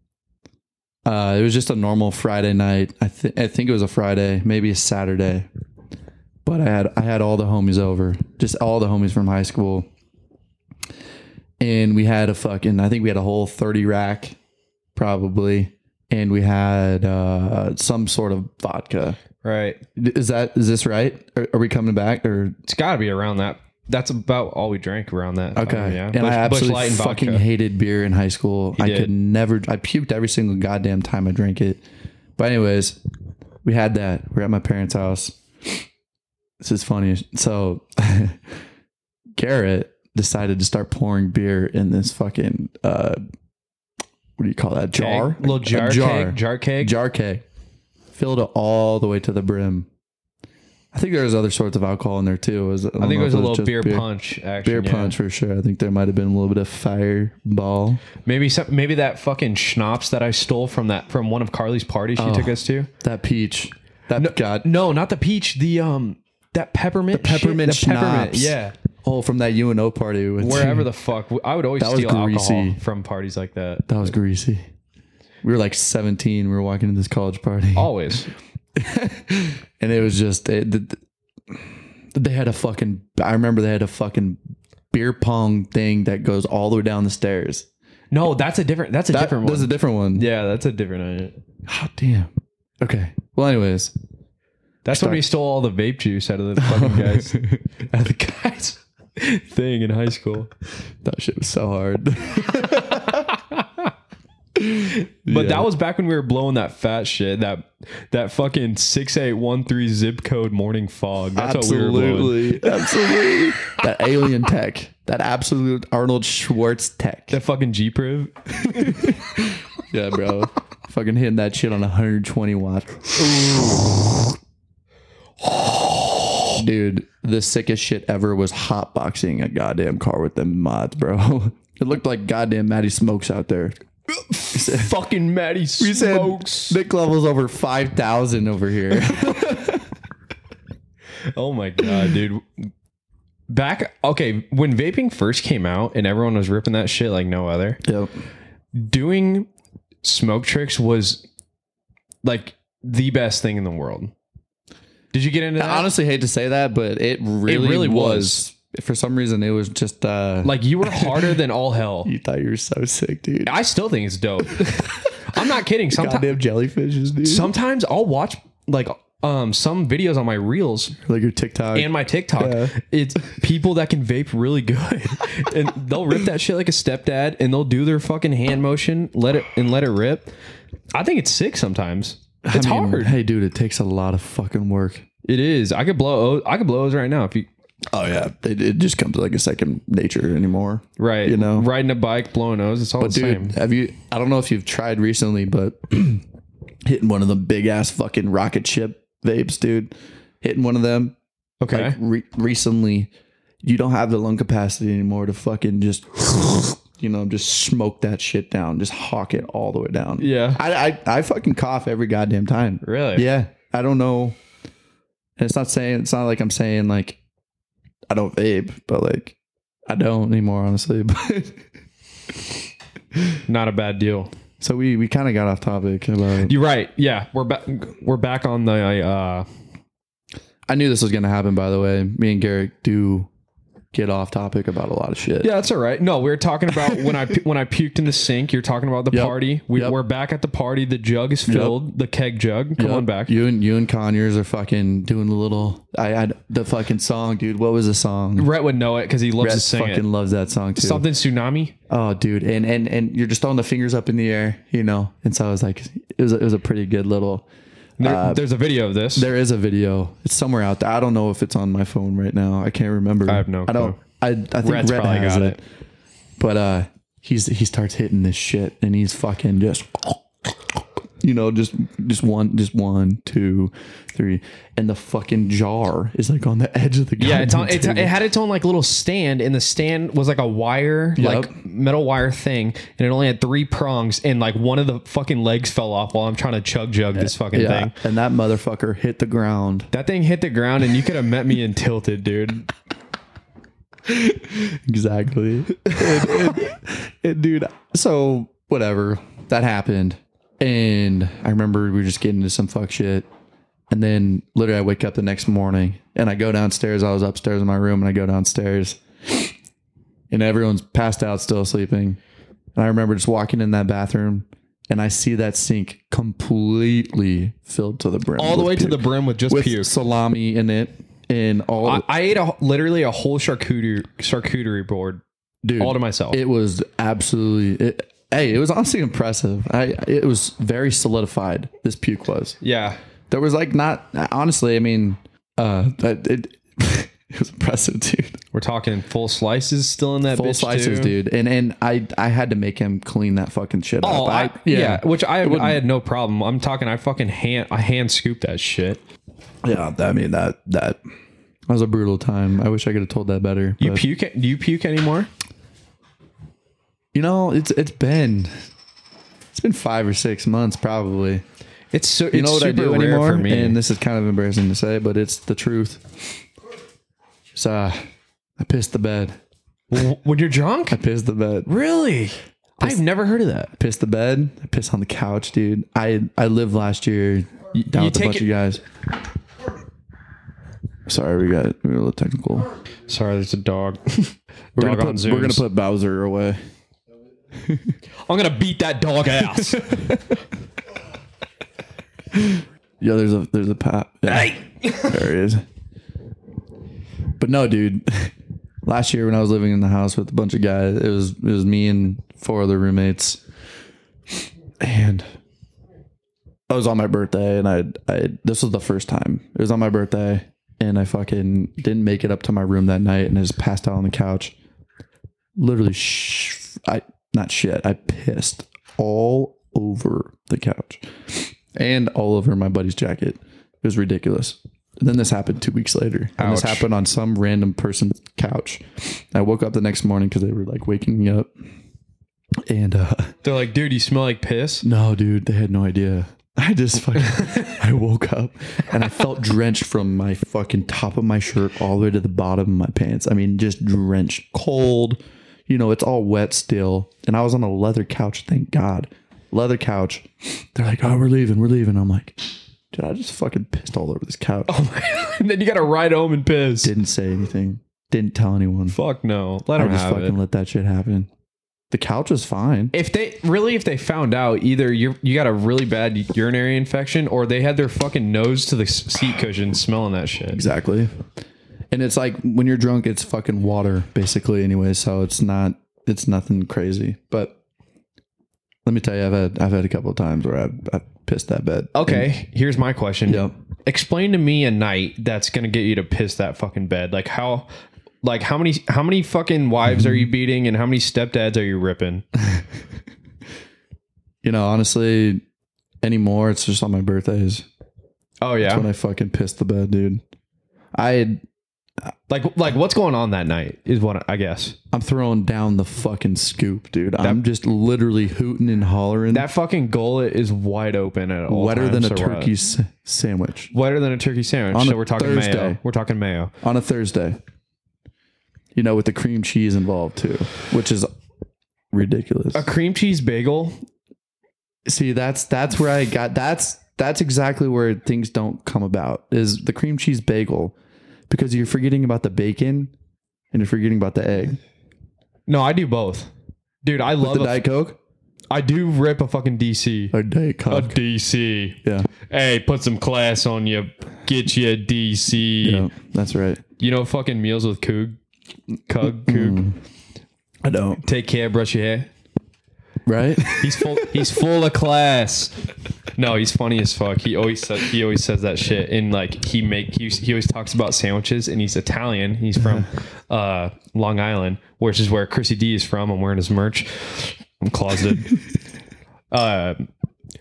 Speaker 2: uh, it was just a normal Friday night. I think I think it was a Friday, maybe a Saturday. But I had I had all the homies over, just all the homies from high school, and we had a fucking I think we had a whole thirty rack, probably, and we had uh, some sort of vodka.
Speaker 1: Right.
Speaker 2: Is that is this right? Are, are we coming back or
Speaker 1: It's got to be around that. That's about all we drank around that.
Speaker 2: Okay.
Speaker 1: time, Um, yeah.
Speaker 2: And I absolutely fucking hated beer in high school. I
Speaker 1: did.
Speaker 2: could never. I puked every single goddamn time I drank it. But anyways, we had that. We're at my parents' house. This is funny. So <laughs> Garrett decided to start pouring beer in this fucking uh, what do you call that jar?
Speaker 1: jar, little
Speaker 2: A
Speaker 1: jar,
Speaker 2: jar,
Speaker 1: keg, jar keg.
Speaker 2: jar keg. Filled it all the way to the brim. I think there was other sorts of alcohol in there too. It was,
Speaker 1: I think it was a little beer,
Speaker 2: punch
Speaker 1: punch. Action,
Speaker 2: beer
Speaker 1: yeah.
Speaker 2: punch for sure. I think there might have been a little bit of fireball.
Speaker 1: Maybe some, maybe that fucking schnapps that I stole from that from one of Carly's parties
Speaker 2: Oh.
Speaker 1: she took us to.
Speaker 2: That peach. That got
Speaker 1: No, not the peach. The um that peppermint. shit,
Speaker 2: peppermint
Speaker 1: the peppermint.
Speaker 2: schnapps.
Speaker 1: Yeah.
Speaker 2: oh from that UNO party with
Speaker 1: Wherever the fuck. I would always
Speaker 2: was
Speaker 1: steal alcohol
Speaker 2: greasy.
Speaker 1: from parties like that.
Speaker 2: <laughs> that was greasy. We were like 17. We were walking to this college party,
Speaker 1: Always.
Speaker 2: and it was just it, th- th- they had a fucking. I remember they had a fucking beer pong thing that goes all the way down the stairs.
Speaker 1: No, that's a different. That's a
Speaker 2: That,
Speaker 1: different
Speaker 2: That's
Speaker 1: one.
Speaker 2: a different one.
Speaker 1: yeah, that's a different. night.
Speaker 2: Oh, damn. Okay. Well, anyways,
Speaker 1: That's when we stole all the vape juice out of the fucking <laughs> guys, out of the guys <laughs> thing in high school.
Speaker 2: that shit was so hard. <laughs>
Speaker 1: But that was back when we were blowing that fat shit. That that fucking six eight one three zip code morning fog. That's what we were blowing.
Speaker 2: absolutely,
Speaker 1: <laughs>
Speaker 2: absolutely. that alien tech, that absolute Arnold Schwartz tech.
Speaker 1: That fucking Jeep <laughs> Riv.
Speaker 2: Yeah, bro. <laughs> Fucking hitting that shit on 120 watt. Dude, the sickest shit ever was hotboxing a goddamn car with them mods, bro. <laughs> It looked like goddamn Matty Smokes out there.
Speaker 1: fucking Maddie
Speaker 2: We said
Speaker 1: smokes.
Speaker 2: Nick levels over 5,000 over here.
Speaker 1: <laughs> Oh my god, dude. Back okay when vaping first came out and everyone was ripping that shit like no other.
Speaker 2: yep.
Speaker 1: doing smoke tricks was like the best thing in the world. Did you get into that?
Speaker 2: I honestly hate to say that, but it really,
Speaker 1: really
Speaker 2: was. For some reason, it was just uh,
Speaker 1: like you were harder than all hell.
Speaker 2: You thought you were so sick, dude.
Speaker 1: I still think it's dope. I'm not kidding. Sometimes,
Speaker 2: Goddamn jellyfishes, dude.
Speaker 1: sometimes I'll watch like um, some videos on my reels
Speaker 2: Like your TikTok.
Speaker 1: and my TikTok.
Speaker 2: Yeah.
Speaker 1: It's people that can vape really good, <laughs> and they'll rip that shit like a stepdad, and they'll do their fucking hand motion, let it and let it rip. I think it's sick sometimes.
Speaker 2: I
Speaker 1: It's
Speaker 2: mean,
Speaker 1: hard.
Speaker 2: Hey, dude, it takes a lot of fucking work.
Speaker 1: It is. I could blow. O's, I could blow O's right now if you.
Speaker 2: Oh yeah, it, it just comes like a second nature anymore.
Speaker 1: Right.
Speaker 2: You know?
Speaker 1: riding a bike, blowing O's. It's all the
Speaker 2: Dude,
Speaker 1: same.
Speaker 2: have you? I don't know if you've tried recently, but <clears throat> hitting one of the big ass fucking rocket ship vapes, dude. Hitting one of them
Speaker 1: Okay.
Speaker 2: like re- recently, you don't have the lung capacity anymore to fucking just, you know, just smoke that shit down, just hawk it all the way down.
Speaker 1: yeah.
Speaker 2: I, I, I fucking cough every goddamn time.
Speaker 1: Really?
Speaker 2: Yeah. I don't know. And it's not saying, it's not like I'm saying like I don't vape, but like I don't anymore, honestly. <laughs> But
Speaker 1: Not a bad deal.
Speaker 2: so we, we kind of got off topic about,
Speaker 1: You're right. Yeah, we're back. We're back on the. uh
Speaker 2: I knew this was going to happen, by the way. Me and Garrick do get off topic about a lot of shit.
Speaker 1: Yeah, that's all right. No, we were talking about when I when I puked in the sink. You're talking about the
Speaker 2: Yep.
Speaker 1: party. We,
Speaker 2: Yep.
Speaker 1: We're back at the party. The jug is filled. The keg jug. Come
Speaker 2: Yep.
Speaker 1: on back.
Speaker 2: You and you and Conyers are fucking doing the little. I had the fucking song, dude. What was the song?
Speaker 1: Brett would know it because he loves to
Speaker 2: Brett
Speaker 1: sing it.
Speaker 2: fucking loves that song too.
Speaker 1: Something tsunami.
Speaker 2: Oh, dude, and and and you're just throwing the fingers up in the air, you know. And so I was like, it was a, it was a pretty good little.
Speaker 1: There, there's a video of this.
Speaker 2: Uh, There is a video. It's somewhere out there. I don't know if it's on my phone right now. I can't remember. I
Speaker 1: have no
Speaker 2: I don't.
Speaker 1: clue.
Speaker 2: I I think
Speaker 1: Red's
Speaker 2: Red
Speaker 1: probably
Speaker 2: has
Speaker 1: got
Speaker 2: it.
Speaker 1: it.
Speaker 2: But uh, he's he starts hitting this shit, and he's fucking just. You know, just just one, just one, two, three, and the fucking jar is like on the edge of the
Speaker 1: yeah, it's on,
Speaker 2: goddamn
Speaker 1: it's, it
Speaker 2: table.
Speaker 1: had its own like little stand, and the stand was like a wire, like metal wire thing, and it only had three prongs, and like one of the fucking legs fell off while I'm trying to chug jug this fucking
Speaker 2: yeah.
Speaker 1: thing.
Speaker 2: And that motherfucker hit the ground.
Speaker 1: That thing hit the ground, and you could have met me in tilted, dude.
Speaker 2: Exactly. And-
Speaker 1: <laughs>
Speaker 2: and- and dude, so whatever. That happened. And I remember we were just getting into some fuck shit. And then literally I wake up the next morning and I go downstairs. I was upstairs in my room and I go downstairs. And everyone's passed out still sleeping. And I remember just walking in that bathroom and I see that sink completely filled to the brim.
Speaker 1: All the
Speaker 2: with
Speaker 1: way to
Speaker 2: puke.
Speaker 1: the brim with just
Speaker 2: with
Speaker 1: puke.
Speaker 2: salami in it and all
Speaker 1: I, I ate a, literally a whole charcuterie charcuterie board
Speaker 2: dude,
Speaker 1: all to myself.
Speaker 2: It was absolutely. It, hey, it was honestly impressive. I it was very solidified. This puke was.
Speaker 1: yeah,
Speaker 2: There was like not honestly. I mean, uh, that- it <laughs> it was impressive, dude.
Speaker 1: we're talking full slices still in that
Speaker 2: Full
Speaker 1: bitch,
Speaker 2: slices,
Speaker 1: too.
Speaker 2: dude. And and I I had to make him clean that fucking shit
Speaker 1: Oh,
Speaker 2: up.
Speaker 1: I, yeah. which I
Speaker 2: wouldn't-
Speaker 1: I had no problem. I'm talking. I fucking hand I hand scooped that shit.
Speaker 2: yeah. I mean that that. That was a brutal time. I wish I could have told that better.
Speaker 1: You
Speaker 2: but-
Speaker 1: puke? Do you puke anymore?
Speaker 2: you know, it's it's been it's been five or six months probably.
Speaker 1: It's so.
Speaker 2: You know what I do anymore?
Speaker 1: for me.
Speaker 2: And this is kind of embarrassing to say, but it's the truth. So uh, I pissed the bed.
Speaker 1: <laughs> W- when you're drunk,
Speaker 2: I pissed the bed.
Speaker 1: really? I've never heard of that.
Speaker 2: Pissed the bed. I pissed on the couch, dude. I I lived last year down
Speaker 1: you
Speaker 2: with a
Speaker 1: take
Speaker 2: bunch
Speaker 1: it-
Speaker 2: of guys. Sorry, we got we were a little technical.
Speaker 1: Sorry, there's a <laughs> dog.
Speaker 2: We're
Speaker 1: dog
Speaker 2: gonna,
Speaker 1: on
Speaker 2: put,
Speaker 1: Zoom.
Speaker 2: we're gonna put Bowser away.
Speaker 1: I'm gonna beat that dog
Speaker 2: <laughs>
Speaker 1: ass.
Speaker 2: Yeah, there's a there's a pop. Yeah. there he is. But no, dude. <laughs> Last year when I was living in the house with a bunch of guys, it was it was me and four other roommates, and I was on my birthday, and I I this was the first time it was on my birthday, and I fucking didn't make it up to my room that night, and I just passed out on the couch. Literally, sh- I not shit. I pissed all over the couch and all over my buddy's jacket. It was ridiculous. And then this happened two weeks later. And this
Speaker 1: Ouch.
Speaker 2: happened on some random person's couch. I woke up the next morning because they were like waking me up. And uh
Speaker 1: They're like, dude, you smell like piss. <laughs>
Speaker 2: no, dude, they had no idea. I just fucking I woke up and I felt drenched from my fucking top of my shirt all the way to the bottom of my pants. I mean, just drenched, cold. You know, it's all wet still. And I was on a leather couch, thank God. Leather couch. They're like, oh, we're leaving, we're leaving. I'm like, dude, I just fucking pissed all over this couch.
Speaker 1: Oh. and then you gotta ride home and piss.
Speaker 2: Didn't say anything. Didn't tell anyone.
Speaker 1: Fuck no. Let
Speaker 2: I
Speaker 1: him
Speaker 2: just
Speaker 1: have
Speaker 2: fucking
Speaker 1: it.
Speaker 2: let that shit happen. The couch was fine.
Speaker 1: If they really, if they found out either you you got a really bad urinary infection or they had their fucking nose to the s- seat cushion smelling that shit.
Speaker 2: Exactly. And it's like when you're drunk, it's fucking water basically anyway. So it's not, it's nothing crazy. But let me tell you, I've had, I've had a couple of times where I've, I've pissed that bed.
Speaker 1: Okay, here's my question.
Speaker 2: Yep.
Speaker 1: Explain to me a night that's gonna get you to piss that fucking bed. Like how, like how many how many fucking wives
Speaker 2: <laughs>
Speaker 1: are you beating and how many stepdads are you ripping?
Speaker 2: You know, honestly, anymore, it's just on my birthdays.
Speaker 1: Oh
Speaker 2: That's when
Speaker 1: yeah,
Speaker 2: I fucking pissed the bed, dude. I,
Speaker 1: like like what's going on that night is what I guess.
Speaker 2: I'm throwing down the fucking scoop, dude. I'm just literally hooting and hollering.
Speaker 1: That fucking gullet is wide open at all.
Speaker 2: wetter
Speaker 1: times,
Speaker 2: than a
Speaker 1: so we're-
Speaker 2: turkey s- sandwich
Speaker 1: Wetter than a turkey sandwich.
Speaker 2: On a
Speaker 1: so we're talking mayo.
Speaker 2: Thursday.
Speaker 1: We're talking mayo.
Speaker 2: on a Thursday. You know, with the cream cheese involved too, which is ridiculous.
Speaker 1: A cream cheese bagel.
Speaker 2: See, that's that's where I got that's that's exactly where things don't come about is the cream cheese bagel because you're forgetting about the bacon and you're forgetting about the egg.
Speaker 1: No, I do both. Dude, I love.
Speaker 2: The
Speaker 1: A,
Speaker 2: Diet Coke?
Speaker 1: I do rip a fucking DC.
Speaker 2: Or Diet
Speaker 1: A
Speaker 2: Coke.
Speaker 1: DC.
Speaker 2: yeah.
Speaker 1: Hey, put some class on you. Get you a DC.
Speaker 2: Yeah. That's right.
Speaker 1: You know, fucking meals with Coog. Cug. Coog.
Speaker 2: I don't.
Speaker 1: Take care. Brush your hair.
Speaker 2: Right?
Speaker 1: He's full. he's full of class. No, he's funny as fuck. He always says he always says that shit. And like he make he, he always talks about sandwiches. And he's Italian. He's from uh, Long Island, which is where Chrissy D is from. I'm wearing his merch. I'm closeted. uh,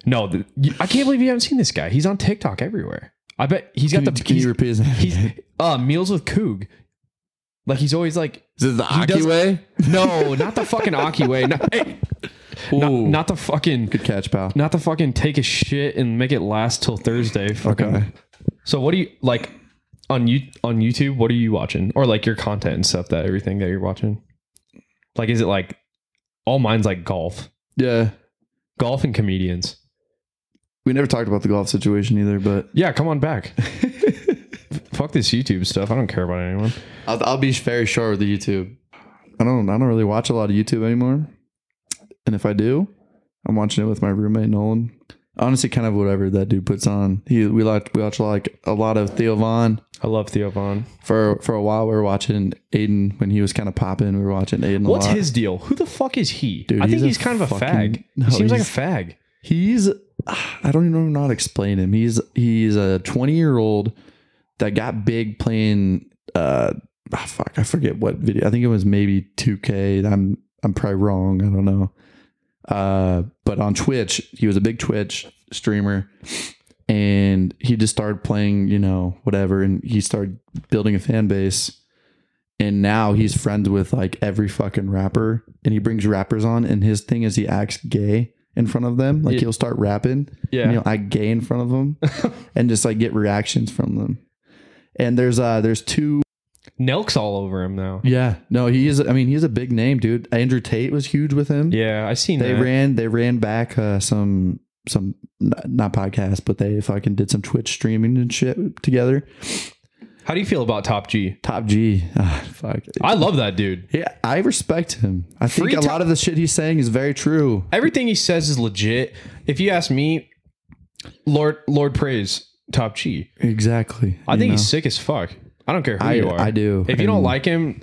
Speaker 1: no, the, you- I can't believe you haven't seen this guy. He's on TikTok everywhere. I bet he's got
Speaker 2: Can
Speaker 1: the
Speaker 2: you- can you
Speaker 1: he's-
Speaker 2: repeat his name?
Speaker 1: He's uh, meals with Coog. Like he's always like
Speaker 2: Is it the
Speaker 1: Aki does- way?
Speaker 2: <laughs>
Speaker 1: no, not the fucking Aki way. No, hey, not,
Speaker 2: Ooh.
Speaker 1: not the fucking
Speaker 2: Good catch, pal.
Speaker 1: not to fucking take a shit and make it last till Thursday. Fucking.
Speaker 2: Okay.
Speaker 1: So what do you like on you on YouTube? What are you watching, or like your content and stuff that everything that you're watching? Like, is it like all mine's like golf,
Speaker 2: Yeah.
Speaker 1: golf and comedians?
Speaker 2: We never talked about the golf situation either, but
Speaker 1: Yeah, come on <laughs> back. Fuck this YouTube stuff. I don't care about anyone.
Speaker 2: I'll, I'll be very short with the YouTube. I don't. I don't really watch a lot of YouTube anymore. And if I do, I'm watching it with my roommate Nolan. Honestly, kind of whatever that dude puts on. He we like we watch like a lot of Theo Vaughn
Speaker 1: I love Theo Vaughn.
Speaker 2: for for a while. We were watching Aiden when he was kind of popping. We were watching Aiden.
Speaker 1: What's
Speaker 2: a lot.
Speaker 1: his deal? Who the fuck is he?
Speaker 2: Dude,
Speaker 1: I think
Speaker 2: he's a
Speaker 1: he's, kind of a <laughs>
Speaker 2: fucking-
Speaker 1: fag.
Speaker 2: No,
Speaker 1: he seems like a
Speaker 2: he's-
Speaker 1: fag.
Speaker 2: He's I don't even know how to explain him. He's he's a 20 year old that got big playing. uh ah, Fuck, I forget what video. I think it was maybe 2K. I'm I'm probably wrong. I don't know. Uh, but on Twitch, he was a big Twitch streamer, and he just started playing. You know, whatever, and he started building a fan base. And now he's friends with like every fucking rapper, and he brings rappers on. And his thing is he acts gay in front of them. Like
Speaker 1: Yeah.
Speaker 2: he'll start rapping,
Speaker 1: Yeah.
Speaker 2: and he'll act gay in front of
Speaker 1: <laughs>
Speaker 2: them, and just like get reactions from them. And there's uh there's two.
Speaker 1: Nelk's all over him now.
Speaker 2: Yeah, no, he is. I mean, he's a big name, dude. Andrew Tate was huge with him.
Speaker 1: Yeah, I seen
Speaker 2: They
Speaker 1: that.
Speaker 2: ran they ran back uh, some some n- not podcast, but they fucking did some Twitch streaming and shit together.
Speaker 1: How do you feel about Top G?
Speaker 2: Top G, ah, fuck.
Speaker 1: I love that dude.
Speaker 2: Yeah, I respect him. I think
Speaker 1: Free
Speaker 2: a
Speaker 1: Top-
Speaker 2: lot of the shit he's saying is very true.
Speaker 1: everything he says is legit. If you ask me, Lord Lord praise Top G.
Speaker 2: Exactly.
Speaker 1: I
Speaker 2: you
Speaker 1: think
Speaker 2: know?
Speaker 1: he's sick as fuck. I don't care who
Speaker 2: I-
Speaker 1: you are.
Speaker 2: I do.
Speaker 1: If you don't
Speaker 2: And-
Speaker 1: like
Speaker 2: <laughs>
Speaker 1: him,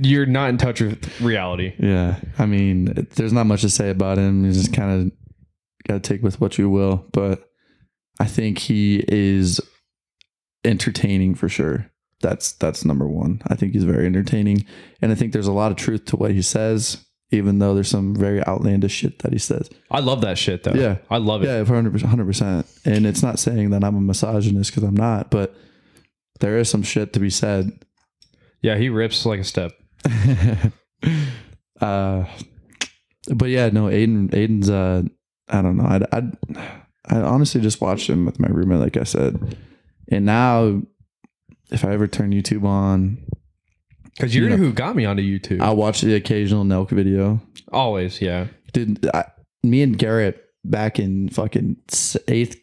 Speaker 1: you're not in touch with reality.
Speaker 2: Yeah, I mean, it- there's not much to say about him. You just kind of got to take with what you will. But I think he is entertaining for sure. That's that's number one. I think he's very entertaining, and I think there's a lot of truth to what he says, even though there's some very outlandish shit that he says.
Speaker 1: I love that shit though.
Speaker 2: Yeah.
Speaker 1: I love it.
Speaker 2: Yeah, 100 percent. And it's not saying that I'm a misogynist because I'm not, but there is some shit to be said
Speaker 1: Yeah, he rips like a step.
Speaker 2: uh, but yeah, no, Aiden, Aiden's, uh, I don't know. I'd, I'd, I honestly just watched him with my roommate, like I said. And now, if I ever turn YouTube on,
Speaker 1: Because you're
Speaker 2: Yeah.
Speaker 1: who got me onto YouTube.
Speaker 2: I'll watch the occasional Nelk video.
Speaker 1: Always, yeah.
Speaker 2: Dude, I, me and Garrett back in fucking s- eighth,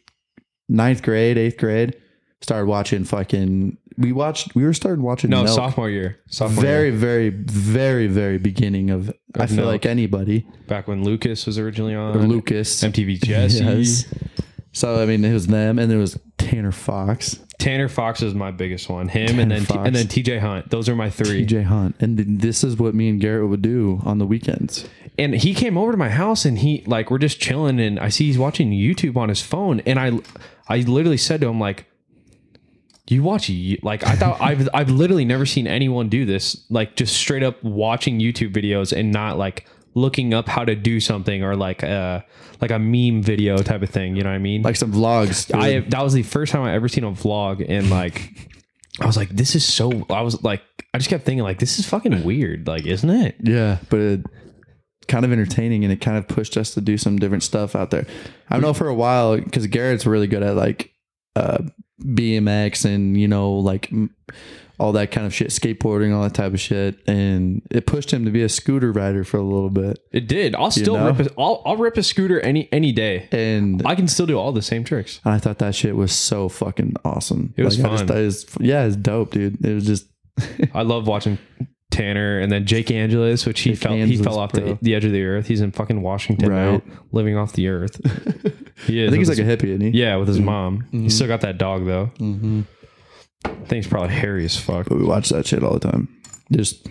Speaker 2: ninth grade, eighth grade, started watching fucking we watched we were starting watching
Speaker 1: No,
Speaker 2: Nelk.
Speaker 1: sophomore year. Sophomore
Speaker 2: very
Speaker 1: year.
Speaker 2: very very very beginning of I feel
Speaker 1: Nelk.
Speaker 2: like anybody
Speaker 1: Back when Lucas was originally on.
Speaker 2: or Lucas
Speaker 1: MTV Jesse.
Speaker 2: <laughs> Yes. So I mean it was them and there was Tanner Fox,
Speaker 1: Tanner Fox is my biggest one. Him and
Speaker 2: Tanner
Speaker 1: then T-
Speaker 2: Fox.
Speaker 1: and then TJ Hunt. Those are my three.
Speaker 2: EJ Hunt, and th- this is what me and Garrett would do on the weekends.
Speaker 1: and he came over to my house and he like we're just chilling and I see he's watching YouTube on his phone and I I literally said to him like you watch you like I thought I've <laughs> I've literally never seen anyone do this like just straight up watching YouTube videos and not like looking up how to do something or like uh like a meme video type of thing you know what I mean
Speaker 2: Like some vlogs. dude.
Speaker 1: I that was the first time I ever seen a vlog and like <laughs> I was like this is so I was like I just kept thinking like this is fucking weird like isn't it
Speaker 2: Yeah, but it kind of entertaining and it kind of pushed us to do some different stuff out there. I know for a while because Garrett's really good at like uh, BMX and you know like m- all that kind of shit, skateboarding, all that type of shit, and it pushed him to be a scooter rider for a little bit.
Speaker 1: It did. I'll still
Speaker 2: know?
Speaker 1: rip. A, I'll I'll rip a scooter any any day.
Speaker 2: And
Speaker 1: I can still do all the same tricks.
Speaker 2: I thought that shit was so fucking awesome.
Speaker 1: It was
Speaker 2: Like, I just
Speaker 1: fun.
Speaker 2: thought it was- yeah, it's dope, dude. It was just
Speaker 1: I love watching Tanner and then Jake Angeles, which he
Speaker 2: Jake
Speaker 1: fell he
Speaker 2: Angeles,
Speaker 1: fell off the,
Speaker 2: bro.
Speaker 1: the edge of the earth. He's in fucking Washington now,
Speaker 2: Right.
Speaker 1: living off the
Speaker 2: <laughs>
Speaker 1: earth. He is.
Speaker 2: I think he's
Speaker 1: with
Speaker 2: like a Mm-hmm.
Speaker 1: his-
Speaker 2: hippie, isn't he?
Speaker 1: yeah, with his mom. He's still got that dog though.
Speaker 2: Mm-hmm.
Speaker 1: Thing's probably hairy as fuck.
Speaker 2: But we watch that shit all the time. Just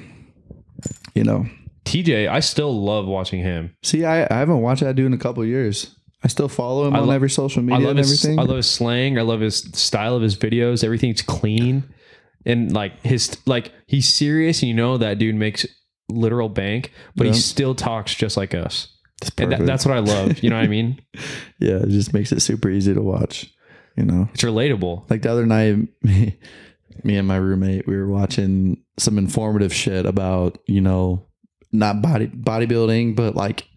Speaker 2: you know,
Speaker 1: TJ, I still love watching him.
Speaker 2: See, I, I haven't watched that dude in a couple of years. I still follow him on
Speaker 1: lo-
Speaker 2: every social
Speaker 1: I
Speaker 2: media
Speaker 1: love
Speaker 2: and
Speaker 1: his
Speaker 2: everything.
Speaker 1: I love his slang. I love his style of his videos. Everything's clean and like his like he's serious. And you know that dude makes literal bank, but he
Speaker 2: Yeah.
Speaker 1: still talks just like us.
Speaker 2: It's
Speaker 1: And that,
Speaker 2: perfect.
Speaker 1: that's what I love. You know what I
Speaker 2: <laughs>
Speaker 1: mean?
Speaker 2: yeah, it just makes it super easy to watch. You know,
Speaker 1: It's relatable.
Speaker 2: like the other night, <laughs> me, me and my roommate, we were watching some informative shit about you know, not body bodybuilding, but like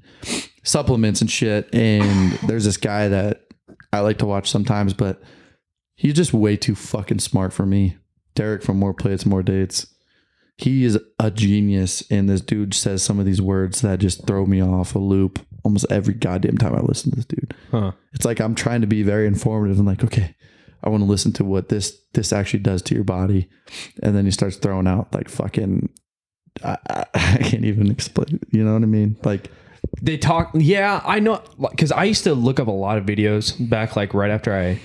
Speaker 2: supplements and shit. And there's this guy that I like to watch sometimes, but he's just way too fucking smart for me. Derek from More Plates, More Dates. He is a genius, and this dude says some of these words that just throw me off a loop almost every goddamn time I listen to this dude.
Speaker 1: Huh.
Speaker 2: It's like I'm trying to be very informative and like, okay, I want to listen to what this this actually does to your body, and then he starts throwing out like fucking. I, I, <laughs> I can't even explain. You know what I mean? Like,
Speaker 1: They talk. Yeah, I know. Because I used to look up a lot of videos back, like right after I,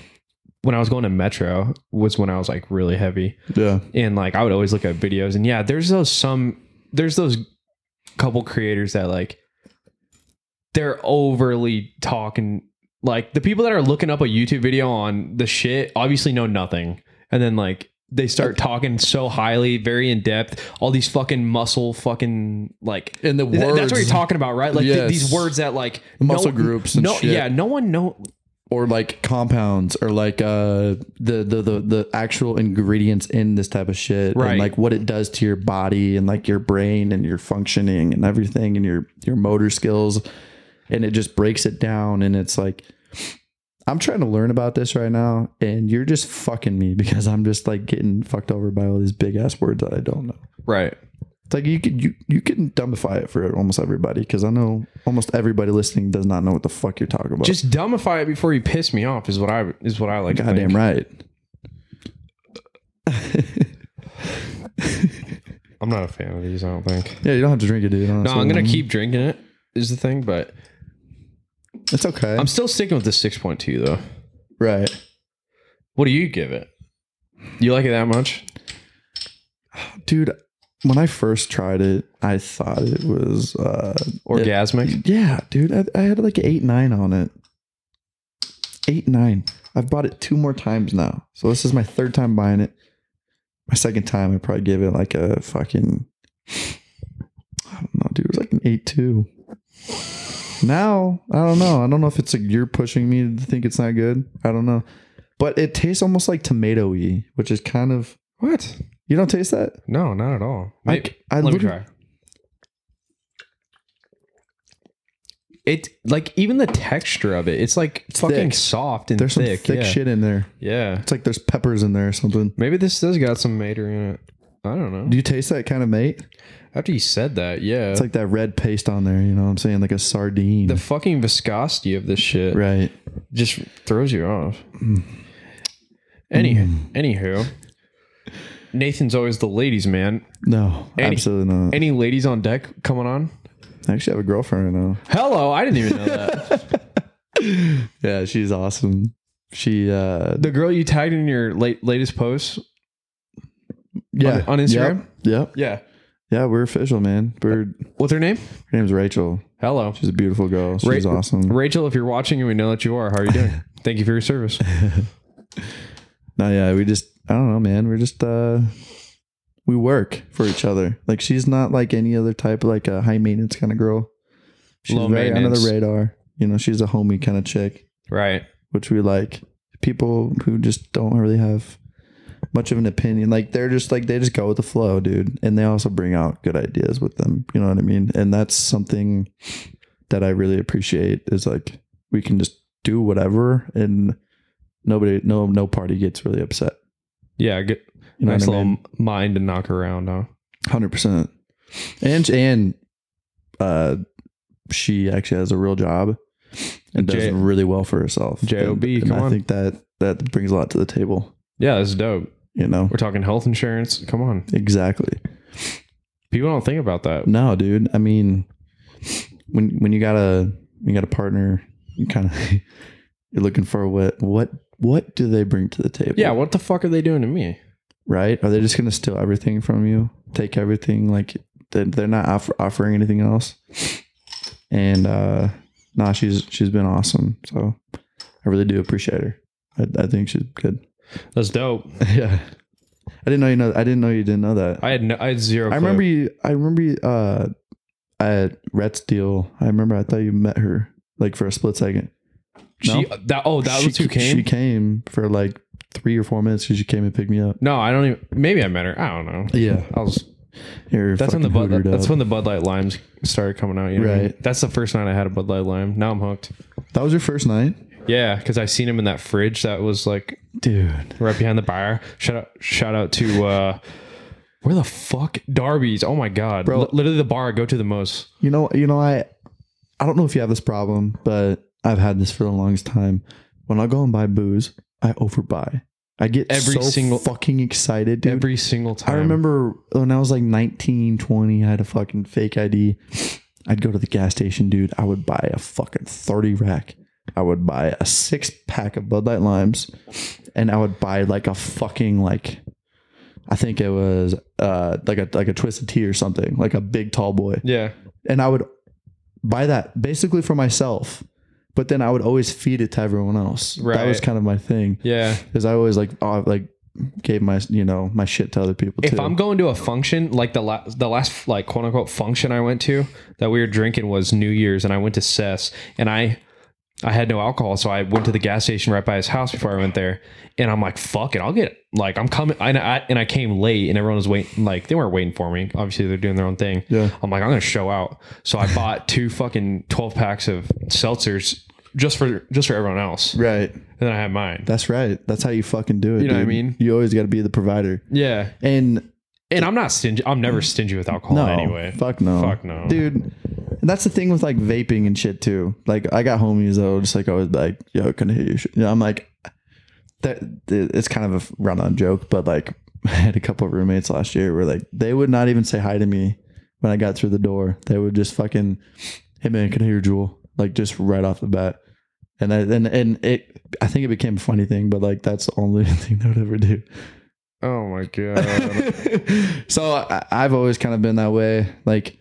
Speaker 1: when I was going to Metro, was when I was like really heavy.
Speaker 2: yeah,
Speaker 1: and like I would always look at videos and yeah, there's those some there's those couple creators that like they're overly talking like the people that are looking up a YouTube video on the shit obviously know nothing and then like they start talking so highly, very in depth, all these fucking muscle fucking like
Speaker 2: and the
Speaker 1: Th- that's what you're talking about, right? Like th-
Speaker 2: Yes.
Speaker 1: these words that like
Speaker 2: Muscle groups and
Speaker 1: no,
Speaker 2: shit.
Speaker 1: yeah, no one know
Speaker 2: or like compounds or like uh the, the the the actual ingredients in this type of shit
Speaker 1: Right.
Speaker 2: and like what it does to your body and like your brain and your functioning and everything and your your motor skills and it just breaks it down and it's like I'm trying to learn about this right now and you're just fucking me because I'm just like getting fucked over by all these big ass words that I don't know.
Speaker 1: right.
Speaker 2: It's like you could you you can dumbify it for almost everybody because I know almost everybody listening does not know what the fuck you're talking about.
Speaker 1: Just dumbify it before you piss me off is what I is what I like. to think.
Speaker 2: goddamn right.
Speaker 1: I'm not a fan of these. I don't think.
Speaker 2: Yeah, you don't have to drink it, dude.
Speaker 1: No, I'm gonna keep drinking it. Is the thing, but
Speaker 2: It's okay.
Speaker 1: I'm still sticking with the 6.2 though.
Speaker 2: right.
Speaker 1: What do you give it? You like it that much?
Speaker 2: Dude, when I first tried it, I thought it was uh
Speaker 1: Orgasmic.
Speaker 2: yeah, dude. I, I had like an eight nine on it. Eight nine. I've bought it two more times now. So this is my third time buying it. My second time I probably gave it like a fucking I don't know, dude. It was like an eight two. Now, I don't know. I don't know if it's like you're pushing me to think it's not good. I don't know. But it tastes almost like tomato y, which is kind of
Speaker 1: What?
Speaker 2: you don't taste that?
Speaker 1: No, not at all.
Speaker 2: I-
Speaker 1: Maybe-
Speaker 2: I
Speaker 1: let me
Speaker 2: literally-
Speaker 1: try. It like even the texture of it. It's like fucking
Speaker 2: thick.
Speaker 1: soft and
Speaker 2: There's some
Speaker 1: thick.
Speaker 2: thick,
Speaker 1: yeah.
Speaker 2: shit in there.
Speaker 1: Yeah.
Speaker 2: It's like there's peppers in there or something.
Speaker 1: Maybe this does got some mater in it. I don't know.
Speaker 2: Do you taste that kind of mate?
Speaker 1: After you said that, yeah.
Speaker 2: It's like that red paste on there, you know what I'm saying? Like a sardine.
Speaker 1: the fucking viscosity of this shit.
Speaker 2: right.
Speaker 1: Mm. just throws you off. Any, anywho, Nathan's always the ladies' man.
Speaker 2: No,
Speaker 1: Any-
Speaker 2: absolutely not.
Speaker 1: Any ladies on deck coming on?
Speaker 2: I actually have a girlfriend right now.
Speaker 1: Hello, I didn't even know that.
Speaker 2: Yeah, she's awesome. She uh
Speaker 1: <laughs> the girl you tagged in your late latest post.
Speaker 2: yeah
Speaker 1: on Instagram?
Speaker 2: Yep, yep.
Speaker 1: Yeah.
Speaker 2: Yeah, we're official, man. We're
Speaker 1: What's her name?
Speaker 2: her name's Rachel.
Speaker 1: Hello.
Speaker 2: She's a beautiful girl.
Speaker 1: Ra-
Speaker 2: She's awesome.
Speaker 1: Rachel, if you're watching and we know that you are, how are you <laughs> doing? Thank you for your service.
Speaker 2: No, yeah, we just I don't know, man. We're just uh we work for each other. Like she's not like any other type of like a high maintenance kind of girl. She's
Speaker 1: Low
Speaker 2: very under the
Speaker 1: maintenance.
Speaker 2: radar. You know, she's a homie kind of chick,
Speaker 1: Right.
Speaker 2: which we like. People who just don't really have much of an opinion. Like they're just like they just go with the flow, dude. And they also bring out good ideas with them. You know what I mean? And that's something that I really appreciate is like we can just do whatever and nobody no no party gets really upset.
Speaker 1: Yeah. Good.
Speaker 2: You know
Speaker 1: nice
Speaker 2: what I
Speaker 1: little
Speaker 2: mean?
Speaker 1: mind to knock around, huh?
Speaker 2: Hundred percent. And and uh, she actually has a real job and does
Speaker 1: J-
Speaker 2: really well for herself.
Speaker 1: JOB,
Speaker 2: And- and
Speaker 1: come
Speaker 2: I
Speaker 1: on.
Speaker 2: think that that brings a lot to the table.
Speaker 1: Yeah, that's dope.
Speaker 2: You know
Speaker 1: We're talking health insurance. Come on.
Speaker 2: exactly.
Speaker 1: People don't think about that.
Speaker 2: No, dude. I mean, when when you got a you got a partner, you kind of <laughs> you're looking for what what what do they bring to the table?
Speaker 1: Yeah, what the fuck are they doing to me?
Speaker 2: right? Are they just gonna steal everything from you? Take everything? Like they're, they're not off- offering anything else. And uh nah, she's she's been awesome. So I really do appreciate her. I, I think she's good. <laughs>
Speaker 1: That's dope.
Speaker 2: yeah, I didn't know you know. I didn't know you didn't know that. I,
Speaker 1: I had no, I had zero. clue.
Speaker 2: remember you. I remember you, uh at Rhett's deal. I remember I thought you met her like for a split second.
Speaker 1: she
Speaker 2: No?
Speaker 1: that. Oh, that
Speaker 2: She-
Speaker 1: was who came.
Speaker 2: She came for like three or four minutes. 'cause She came and picked me up.
Speaker 1: no, I don't even. Maybe I met her. I don't know.
Speaker 2: Yeah,
Speaker 1: I was.
Speaker 2: You're
Speaker 1: That's when the
Speaker 2: fucking
Speaker 1: Bud.
Speaker 2: hootered
Speaker 1: That's
Speaker 2: up.
Speaker 1: when the Bud Light limes started coming out. You know? what I mean?
Speaker 2: Right.
Speaker 1: That's the first night I had a Bud Light lime. Now I'm hooked.
Speaker 2: That was your first night,
Speaker 1: Yeah, because I seen him in that fridge that was like
Speaker 2: dude.
Speaker 1: right behind the bar. Shout out! Shout out to. uh where the fuck Darby's? Oh my god,
Speaker 2: Bro.
Speaker 1: Li- literally the bar I go to the most.
Speaker 2: You know, you know, I, I don't know if you have this problem, but I've had this for the longest time. When I go and buy booze, I overbuy. I get
Speaker 1: Every
Speaker 2: so
Speaker 1: single-
Speaker 2: fucking excited, dude.
Speaker 1: Every single time.
Speaker 2: I remember when I was like 19, 20, I had a fucking fake ID. I'd go to the gas station, dude. I would buy a fucking 30 rack. I would buy a six pack of Bud Light Limes and I would buy like a fucking like I think it was uh like a like a twisted tea or something, like a big tall boy.
Speaker 1: Yeah.
Speaker 2: And I would buy that basically for myself, but then I would always feed it to everyone else. That was
Speaker 1: Right.
Speaker 2: kind of my thing.
Speaker 1: Yeah.
Speaker 2: Because I always like oh, like gave my you know my shit to other people
Speaker 1: if
Speaker 2: too.
Speaker 1: I'm going to a function, like the last, the last like quote unquote function I went to that we were drinking was New Year's, and I went to Cess, and I, I had no alcohol, so I went to the gas station right by his house before I went there, and I'm like, fuck it, I'll get like I'm coming, and I and I came late, and everyone was waiting, like they weren't waiting for me. Obviously, they're doing their own thing.
Speaker 2: Yeah.
Speaker 1: I'm like, I'm gonna show out, so I bought two fucking twelve packs of seltzers just for just for everyone else, and
Speaker 2: Right.
Speaker 1: then I had mine.
Speaker 2: That's right. That's how you fucking do it.
Speaker 1: You know what I
Speaker 2: dude.
Speaker 1: mean?
Speaker 2: You always got to be the provider.
Speaker 1: Yeah,
Speaker 2: And
Speaker 1: and I'm not stingy. I'm never stingy with alcohol
Speaker 2: no,
Speaker 1: anyway.
Speaker 2: fuck no,
Speaker 1: Fuck no.
Speaker 2: dude. And that's the thing with like vaping and shit too. Like I got homies that were just like always like, yo, can I hit your shit? You know, I'm like, that it's kind of a run on joke, but like <laughs> I had a couple of roommates last year where like they would not even say hi to me when I got through the door. They would just fucking, hey man, can I hear your jewel? Like just right off the bat. And I, and and it, I think it became a funny thing, but like that's the only <laughs> thing they would ever do.
Speaker 1: Oh my god.
Speaker 2: <laughs> so I, I've always kind of been that way. Like,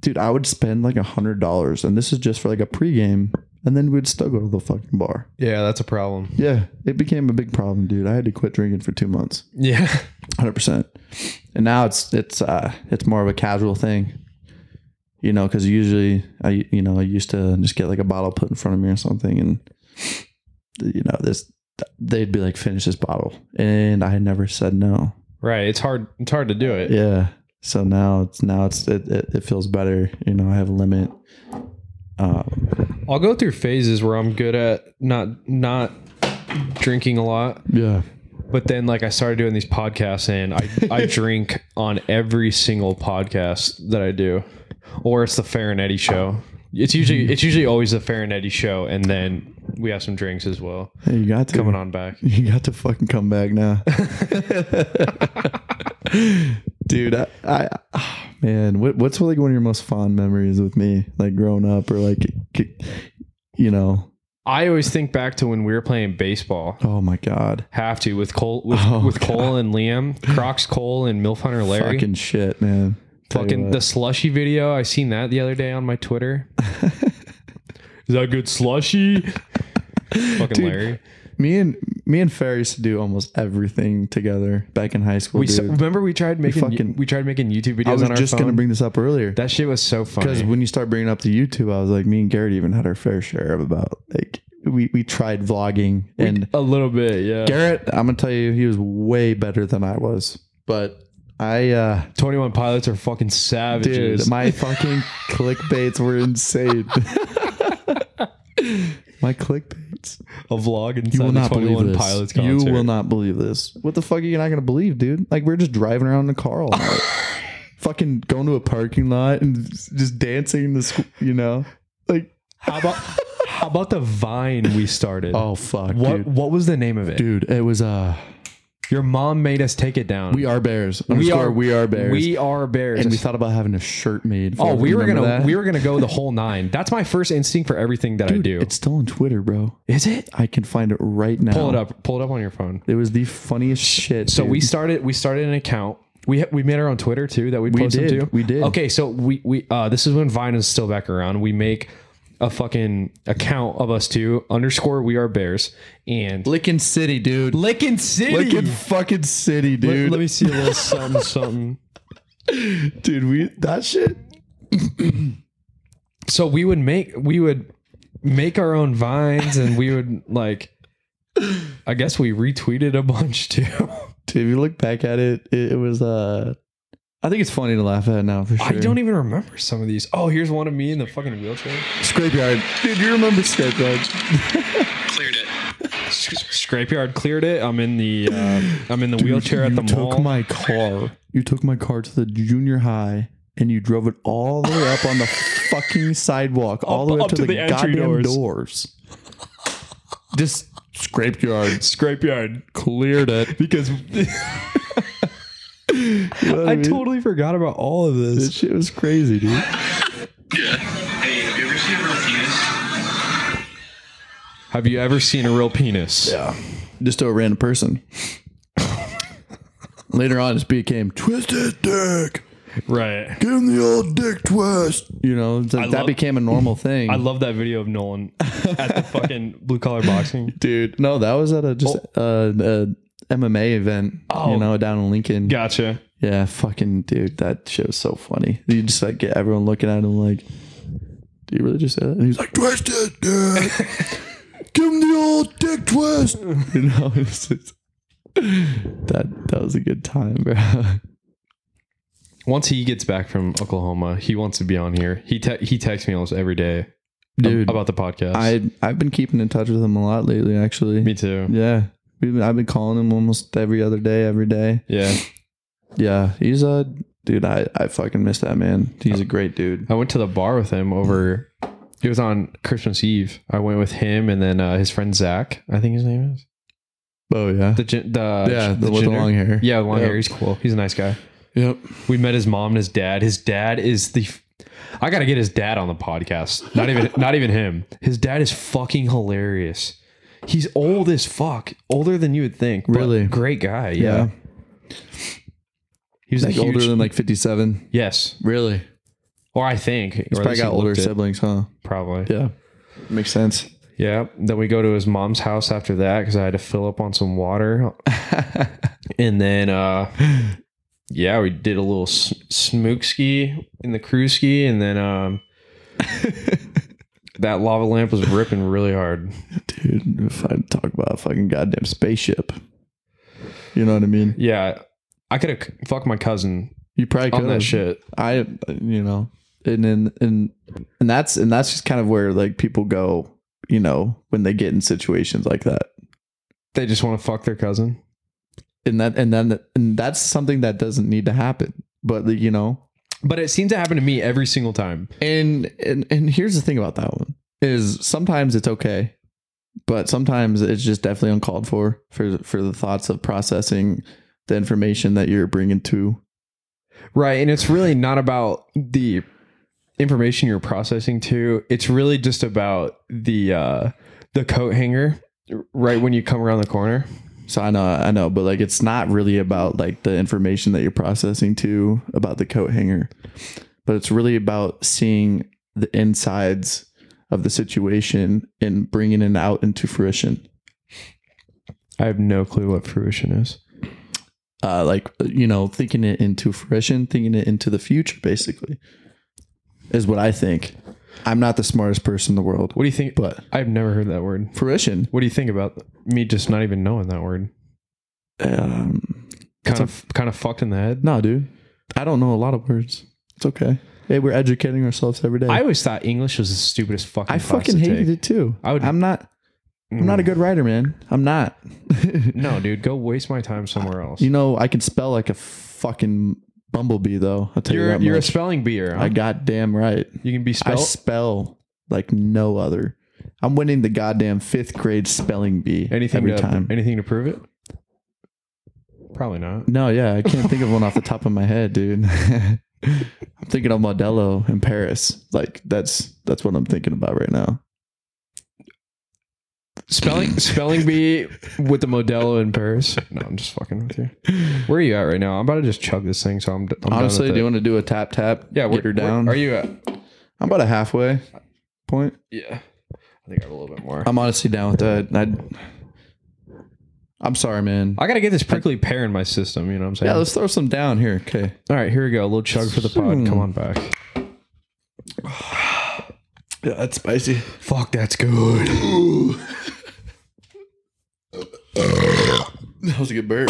Speaker 2: dude, I would spend like a hundred dollars, and this is just for like a pregame, and then we'd still go to the fucking bar.
Speaker 1: Yeah, that's a problem.
Speaker 2: Yeah, it became a big problem, dude. I had to quit drinking for two months,
Speaker 1: Yeah. <laughs>
Speaker 2: hundred percent. And now it's it's uh it's more of a casual thing, you know, because usually I you know I used to just get like a bottle put in front of me or something, and you know this they'd be like finish this bottle, and I never said no.
Speaker 1: Right. It's hard it's hard to do it.
Speaker 2: Yeah. So now it's now it's it, it, it feels better. You know, I have a limit. Um,
Speaker 1: I'll go through phases where I'm good at not not drinking a lot.
Speaker 2: yeah.
Speaker 1: But then like I started doing these podcasts and <laughs> I, I drink on every single podcast that I do. Or it's the Farinetti show. It's usually it's usually always the Farinetti show and then we have some drinks as well.
Speaker 2: Hey, you got to
Speaker 1: Coming on back.
Speaker 2: You got to fucking come back now. dude. I, I <sighs> ah, man, what, what's like one of your most fond memories with me, like growing up, or like, k- you know?
Speaker 1: I always think back to when we were playing baseball.
Speaker 2: Oh my god,
Speaker 1: Have to with Cole with,
Speaker 2: Oh,
Speaker 1: with Cole and Liam, Crocs Cole and Milf Hunter Larry. Fucking,
Speaker 2: fucking shit, man. Tell you what.
Speaker 1: the slushy video. I seen that the other day on my Twitter. <laughs> Is that good slushy? <laughs> fucking
Speaker 2: Dude,
Speaker 1: Larry.
Speaker 2: me and me and Fair used to do almost everything together back in high school.
Speaker 1: We so,
Speaker 2: dude.
Speaker 1: remember we tried making
Speaker 2: fucking-
Speaker 1: we tried making YouTube videos
Speaker 2: I was
Speaker 1: on our
Speaker 2: just
Speaker 1: phone.
Speaker 2: gonna bring this up earlier.
Speaker 1: that shit was so
Speaker 2: Because
Speaker 1: funny.
Speaker 2: when you start bringing up the YouTube, I was like, me and Garrett even had our fair share of about like we we tried vlogging and
Speaker 1: a little bit, yeah.
Speaker 2: Garrett, I'm gonna tell you, he was way better than I was. But I, uh,
Speaker 1: Twenty One Pilots are fucking
Speaker 2: dude,
Speaker 1: savages.
Speaker 2: my fucking clickbaits were insane. my clickbaits.
Speaker 1: a vlog inside
Speaker 2: You will
Speaker 1: the
Speaker 2: not
Speaker 1: Twenty
Speaker 2: believe
Speaker 1: One
Speaker 2: this.
Speaker 1: Pilots
Speaker 2: you
Speaker 1: concert.
Speaker 2: will not believe this. What the fuck are you not gonna believe, dude? Like we're just driving around in a car all night. fucking going to a parking lot and just dancing in the school, you know? Like
Speaker 1: How about how about the Vine we started?
Speaker 2: Oh fuck,
Speaker 1: what
Speaker 2: dude.
Speaker 1: what was the name of it?
Speaker 2: Dude, it was uh,
Speaker 1: Your mom made us take it down.
Speaker 2: we are bears. We are, we are bears.
Speaker 1: We are bears.
Speaker 2: and we thought about having a shirt made.
Speaker 1: oh, we were gonna
Speaker 2: Remember that?
Speaker 1: we were gonna go the whole nine. That's my first instinct for everything that I
Speaker 2: Dude,
Speaker 1: do.
Speaker 2: It's still on Twitter, bro.
Speaker 1: Is it?
Speaker 2: I can find it right now.
Speaker 1: Pull it up. Pull it up on your phone.
Speaker 2: It was the funniest shit.
Speaker 1: So
Speaker 2: dude.
Speaker 1: we started we started an account. We ha- we made our own Twitter too that we posted
Speaker 2: did,
Speaker 1: to.
Speaker 2: we did.
Speaker 1: Okay, so we we uh this is when Vine is still back around. We make a fucking account of us two underscore we are bears and
Speaker 2: Licking City, dude.
Speaker 1: Lickin' City.
Speaker 2: Licking fucking City,
Speaker 1: Let-
Speaker 2: dude.
Speaker 1: Let, me see a little something something.
Speaker 2: dude, we that shit.
Speaker 1: So we would make we would make our own vines and we would like I guess we retweeted a bunch too.
Speaker 2: Dude, if you look back at it, it, it was uh, I think it's funny to laugh at now for sure.
Speaker 1: I don't e even remember some of these. Oh, here's one of me in the fucking wheelchair.
Speaker 2: scrapeyard, dude. You remember scrapeyard?
Speaker 3: Cleared it.
Speaker 1: Scrapeyard cleared it. I'm in the uh, I'm in the wheelchair at
Speaker 2: you
Speaker 1: the
Speaker 2: took
Speaker 1: mall.
Speaker 2: my car. You took my car to the junior high and you drove it all the way up on the fucking sidewalk, all the way up, to, the,
Speaker 1: entry
Speaker 2: goddamn
Speaker 1: doors.
Speaker 2: doors. Just scraped yards.
Speaker 1: Scrapeyard
Speaker 2: Cleared it.
Speaker 1: because <laughs> I totally forgot about all of
Speaker 2: This
Speaker 1: this.
Speaker 2: <laughs> shit was crazy, dude.
Speaker 3: Yeah. Hey, have you ever seen a real penis?
Speaker 1: Have you ever seen a real penis?
Speaker 2: Yeah. Just to a random person. Later on, it became twisted dick.
Speaker 1: Right.
Speaker 2: Give him the old dick twist. You know, it's like that
Speaker 1: love-
Speaker 2: became
Speaker 1: <laughs>
Speaker 2: a normal thing.
Speaker 1: I love that video of Nolan at the
Speaker 2: <laughs>
Speaker 1: fucking blue collar boxing.
Speaker 2: dude. No, that was at a just uh, a MMA event.
Speaker 1: Oh.
Speaker 2: you know, down in Lincoln. Yeah.
Speaker 1: Gotcha.
Speaker 2: fucking dude, that shit was so funny. You just like get everyone looking at him like, "Do you really just say that?" And he's like, "Twisted, dude. <laughs> Give him the old dick twist." <laughs> You know, it's just, that that was a good time, bro. <laughs>
Speaker 1: Once he gets back from Oklahoma, he wants to be on here. He te- he texts me almost every day ab-
Speaker 2: Dude,
Speaker 1: about the podcast.
Speaker 2: I I've been keeping in touch with him a lot lately, actually.
Speaker 1: me too.
Speaker 2: Yeah, We've been, I've been calling him almost every other day, every day.
Speaker 1: Yeah.
Speaker 2: Yeah, he's a dude. I, I fucking miss that man. He's a great dude.
Speaker 1: I went to the bar with him over. It was on Christmas Eve. I went with him and then uh, his friend Zach. I think his name is
Speaker 2: Oh yeah,
Speaker 1: the gen- the
Speaker 2: yeah, the, with the
Speaker 1: ginger?
Speaker 2: long hair.
Speaker 1: Yeah, long
Speaker 2: Yep.
Speaker 1: hair. He's cool. He's a nice guy.
Speaker 2: Yep.
Speaker 1: We met his mom and his dad. His dad is the. f- I gotta get his dad on the podcast. Not even <laughs> not even him. His dad is fucking hilarious. He's old as fuck. Older than you would think. but
Speaker 2: Really?
Speaker 1: great guy. Yeah.
Speaker 2: Yeah,
Speaker 1: He was
Speaker 2: he's like
Speaker 1: a huge,
Speaker 2: older than like fifty-seven.
Speaker 1: yes,
Speaker 2: Really? He's
Speaker 1: or I think he's
Speaker 2: probably got older siblings, huh?
Speaker 1: Probably.
Speaker 2: Yeah, makes sense.
Speaker 1: Yeah. Then we go to his mom's house after that because I had to fill up on some water. and then, uh, yeah, we did a little s- smook ski in the cruise ski. And then um, that lava lamp was ripping really hard.
Speaker 2: Dude, if I talk about a fucking goddamn spaceship, you know what I mean?
Speaker 1: Yeah. I could have fucked my cousin
Speaker 2: You probably could
Speaker 1: on that shit.
Speaker 2: I, you know, and then and and that's and that's just kind of where like people go, you know, when they get in situations like that.
Speaker 1: They just want to fuck their cousin.
Speaker 2: and that and then and that's something that doesn't need to happen but you know
Speaker 1: But it seemed to happen to me every single time.
Speaker 2: and and and here's the thing about that one is sometimes it's okay but sometimes it's just definitely uncalled for for for the thoughts of processing the information that you're bringing to.
Speaker 1: Right. And it's really not about the information you're processing to. It's really just about the uh the coat hanger right when you come around the corner.
Speaker 2: So I know, I know, but like it's not really about like the information that you're processing to about the coat hanger, but it's really about seeing the insides of the situation and bringing it out into fruition.
Speaker 1: I have no clue what fruition is.
Speaker 2: Uh, like you know, thinking it into fruition, thinking it into the future, basically, is what I think. I'm not the smartest person in the world,
Speaker 1: What do you think?
Speaker 2: but
Speaker 1: I've never heard that word.
Speaker 2: fruition.
Speaker 1: What do you think about me just not even knowing that word?
Speaker 2: Um,
Speaker 1: Kind of kind of fucked in the head.
Speaker 2: no, dude, I don't know a lot of words. It's okay. Hey, we're educating ourselves every day.
Speaker 1: I always thought English was the stupidest fucking
Speaker 2: I fucking hated it too.
Speaker 1: I
Speaker 2: I
Speaker 1: would-
Speaker 2: would, I'm not. I'm not a good writer, man. I'm
Speaker 1: <laughs>
Speaker 2: not.
Speaker 1: No, dude, go waste my time somewhere else.
Speaker 2: You know, I can spell like a fucking bumblebee, though. I'll tell you
Speaker 1: You're
Speaker 2: that
Speaker 1: you're a
Speaker 2: much.
Speaker 1: spelling beer.
Speaker 2: I goddamn right.
Speaker 1: you can be
Speaker 2: I
Speaker 1: spelled.
Speaker 2: spell like no other. I'm winning the goddamn fifth grade spelling bee
Speaker 1: anything
Speaker 2: every
Speaker 1: to,
Speaker 2: time.
Speaker 1: Anything to prove it? Probably not.
Speaker 2: no, yeah, I can't think of one off the top of my head, dude. <laughs> I'm thinking of Modelo in Paris. Like that's that's what I'm thinking about right now. <laughs>
Speaker 1: Spelling spelling bee with the Modelo in Paris. No, I'm just fucking with you. Where are you at right now? I'm about to just chug this thing, so I'm, d- I'm done
Speaker 2: Honestly, do
Speaker 1: with
Speaker 2: you
Speaker 1: it.
Speaker 2: want to do a tap tap?
Speaker 1: yeah.
Speaker 2: get
Speaker 1: Where,
Speaker 2: her down.
Speaker 1: Where are you at?
Speaker 2: I'm about a halfway point.
Speaker 1: Yeah, I think I have a little bit more.
Speaker 2: I'm honestly down with that. I, I'm sorry, man.
Speaker 1: I gotta get this prickly pear in my system. You know what I'm saying?
Speaker 2: Yeah, let's throw some down here. Okay.
Speaker 1: All right, here we go. A little chug for the pod. Come on back.
Speaker 2: Yeah, that's spicy.
Speaker 1: Fuck, that's good.
Speaker 2: <laughs> That was a good <laughs> burp.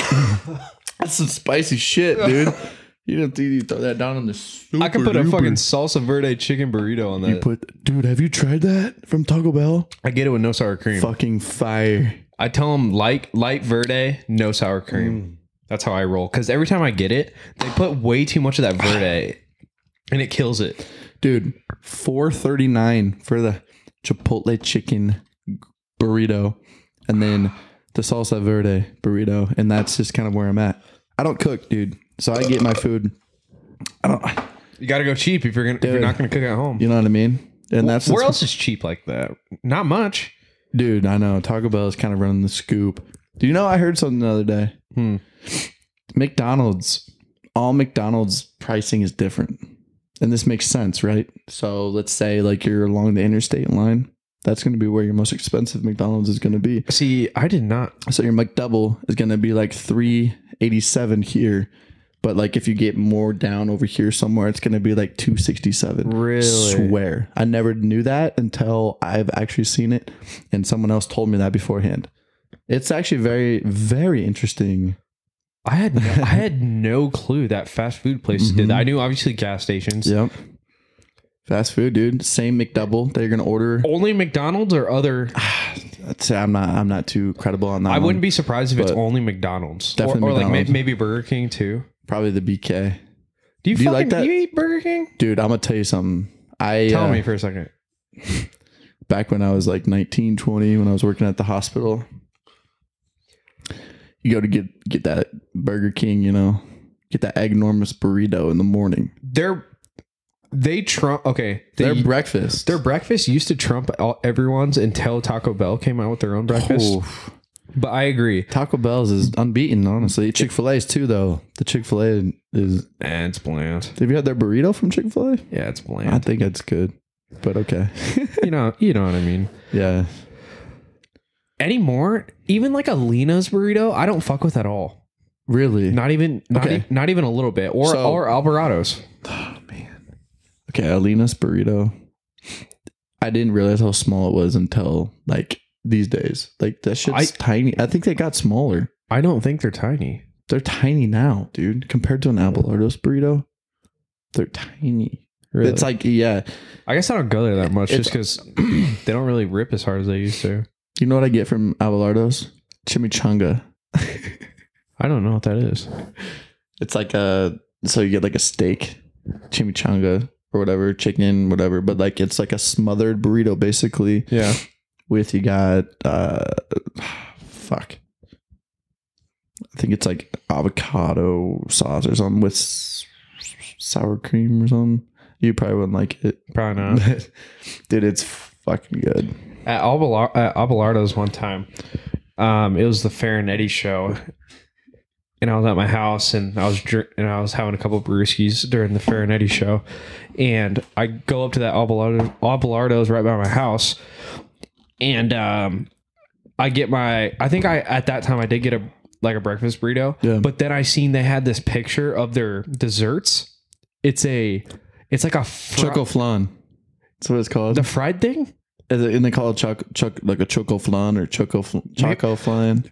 Speaker 2: that's some spicy shit, <laughs> dude. You didn't think you throw that down in the soup?
Speaker 1: I could put a fucking salsa verde chicken burrito on that.
Speaker 2: You put, dude. Have you tried that from Taco Bell?
Speaker 1: I get it with no sour cream.
Speaker 2: Fucking fire.
Speaker 1: I tell them like light verde, no sour cream.
Speaker 2: Mm.
Speaker 1: That's how I roll. Because every time I get it, they put way too much of that
Speaker 2: <sighs>
Speaker 1: verde, and it kills it.
Speaker 2: dude 439 for the chipotle chicken burrito and then the salsa verde burrito and that's just kind of where i'm at i don't cook dude so i get my food
Speaker 1: You got to go cheap if you're gonna if you're
Speaker 2: Dude.
Speaker 1: not gonna cook at home.
Speaker 2: you know what i mean and that's
Speaker 1: Where else is cheap like that? Not much.
Speaker 2: dude i know taco bell is kind of running the scoop do you know i heard something the other day
Speaker 1: Hmm.
Speaker 2: mcdonald's all mcdonald's pricing is different and this makes sense right so let's say like you're along the interstate line that's going to be where your most expensive mcdonald's is going to be
Speaker 1: See, I did not.
Speaker 2: So your McDouble is going to be like 387 here. But like if you get more down over here somewhere, it's going to be like 267.
Speaker 1: Really?
Speaker 2: Swear. I never knew that until I've actually seen it and someone else told me that beforehand. It's actually very very interesting.
Speaker 1: I had no, I had no clue that fast food places did. that. I knew obviously gas stations.
Speaker 2: Yep. Fast food, dude. Same McDouble that you're going to order.
Speaker 1: Only McDonald's or other.
Speaker 2: I'd say I'm not I'm not too credible on that.
Speaker 1: I wouldn't
Speaker 2: be
Speaker 1: be surprised if it's
Speaker 2: But-
Speaker 1: only McDonald's. Or,
Speaker 2: Definitely
Speaker 1: or like may,
Speaker 2: McDonald's.
Speaker 1: maybe Burger King too.
Speaker 2: probably the BK.
Speaker 1: Do you
Speaker 2: Do you
Speaker 1: fucking
Speaker 2: like that?
Speaker 1: do you eat Burger King?
Speaker 2: Dude, I'm going to tell you something. I
Speaker 1: Tell
Speaker 2: uh,
Speaker 1: me for a second.
Speaker 2: back when I was like 19, 20, when I was working at the hospital. You go to get get that Burger King, you know, get that enormous burrito in the morning.
Speaker 1: They're they trump okay.
Speaker 2: Their
Speaker 1: They,
Speaker 2: breakfast.
Speaker 1: their breakfast used to trump all, everyone's until Taco Bell came out with their own breakfast.
Speaker 2: Oof.
Speaker 1: But I agree.
Speaker 2: Taco Bell's is unbeaten, honestly. Chick Fil A's too, though. The Chick Fil A is.
Speaker 1: Eh, it's bland.
Speaker 2: Have you had their burrito from Chick Fil A?
Speaker 1: Yeah, it's
Speaker 2: I
Speaker 1: bland.
Speaker 2: think it's good, but okay. <laughs>
Speaker 1: you know, you know what I mean.
Speaker 2: yeah,
Speaker 1: Anymore, even like a Lena's burrito, I don't fuck with at all.
Speaker 2: really.
Speaker 1: Not even, not,
Speaker 2: Okay.
Speaker 1: e- not even a little bit. Or
Speaker 2: So-
Speaker 1: or Alvarado's.
Speaker 2: Okay, Alina's burrito. I didn't realize how small it was until like these days. Like that shit's
Speaker 1: I-
Speaker 2: tiny. I think they got smaller.
Speaker 1: I don't think they're tiny.
Speaker 2: They're tiny now, dude. Compared to an Abelardo's burrito, they're tiny.
Speaker 1: Really.
Speaker 2: It's like yeah.
Speaker 1: I guess I don't go there that much just
Speaker 2: It's-
Speaker 1: because <clears throat> they don't really rip as hard as they used to.
Speaker 2: You know what I get from Abelardo's? Chimichanga.
Speaker 1: I don't know what that is.
Speaker 2: It's like a so you get like a steak, chimichanga or whatever, chicken, whatever. But like it's like a smothered burrito basically.
Speaker 1: Yeah.
Speaker 2: <sighs> with you got uh fuck I think it's like avocado sauce or something with s- sour cream or something. You probably wouldn't like it,
Speaker 1: Probably not.
Speaker 2: but <laughs> dude, it's fucking good.
Speaker 1: at, Abelar- at Abelardo's one time. Um, it was the Farinetti show, and I was at my house, and I was dr- and I was having a couple of brewskis during the Farinetti show, and I go up to that Abelardo- Abelardo's right by my house, and um, I get my I think I at that time I did get a like a breakfast burrito,
Speaker 2: Yeah.
Speaker 1: but then I seen they had this picture of their desserts. It's a it's like a fri-
Speaker 2: Choco flan. That's what it's called.
Speaker 1: the fried thing.
Speaker 2: Is it, and they call it choc, choc, like a choco flan or choco fl- choco flan.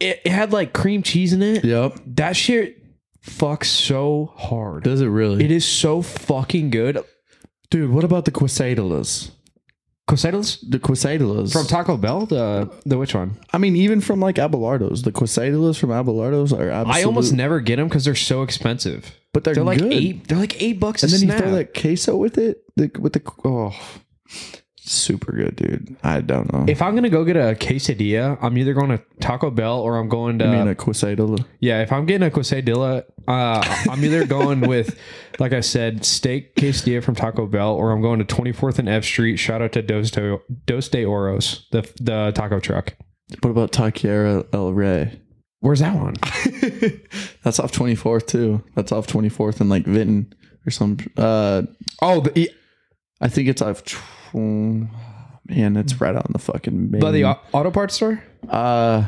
Speaker 1: It, it had like cream cheese in it.
Speaker 2: Yep.
Speaker 1: That shit fucks so hard.
Speaker 2: Does it really?
Speaker 1: it is so fucking good.
Speaker 2: Dude, what about the quesadillas?
Speaker 1: Quesadillas
Speaker 2: The quesadillas.
Speaker 1: from Taco Bell. The the which one?
Speaker 2: I mean, even from like Abelardo's. The quesadillas from Abelardo's are absolute.
Speaker 1: I almost never get them because they're so expensive.
Speaker 2: But they're,
Speaker 1: They're like
Speaker 2: good.
Speaker 1: eight. They're like eight bucks.
Speaker 2: and
Speaker 1: a
Speaker 2: then
Speaker 1: snap.
Speaker 2: you throw that queso with it. The, with the oh, super good, dude. I don't know.
Speaker 1: If I'm gonna go get a quesadilla, I'm either going to Taco Bell or I'm going to
Speaker 2: I mean, a quesadilla.
Speaker 1: yeah. If I'm getting a quesadilla, uh, I'm either <laughs> going with like I said, steak quesadilla from Taco Bell, or I'm going to 24th and F Street. Shout out to Dos, to, Dos de Oros, the the taco truck.
Speaker 2: What about Taquiera El Rey?
Speaker 1: Where's that one?
Speaker 2: That's off 24th too. That's off 24th and like Vinton or some. Uh,
Speaker 1: Oh, the,
Speaker 2: I think it's off. tw- Man, it's right out in the fucking. Main.
Speaker 1: by the au- auto parts store.
Speaker 2: Uh,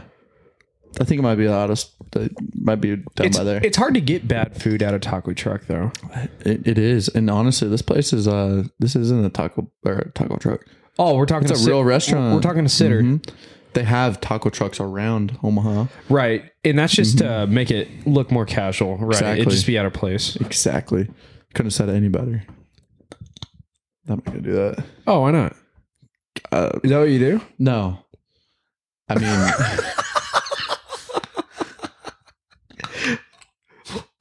Speaker 2: I think it might be the oddest. It might be down
Speaker 1: It's,
Speaker 2: by there.
Speaker 1: it's hard to get bad food out of taco truck though.
Speaker 2: It, it is, and honestly, this place is uh, this isn't a taco or a taco truck.
Speaker 1: Oh, we're talking
Speaker 2: It's a
Speaker 1: sit-
Speaker 2: real restaurant.
Speaker 1: We're talking a sitter,
Speaker 2: Mhm. They have taco trucks around Omaha.
Speaker 1: right? And that's just to make it look more casual, right?
Speaker 2: Mm-hmm. Exactly.
Speaker 1: It'd just be out of place.
Speaker 2: Exactly. Couldn't have said it any better. Not gonna do that.
Speaker 1: Oh, why not?
Speaker 2: Uh,
Speaker 1: Is that what you do?
Speaker 2: no. I mean,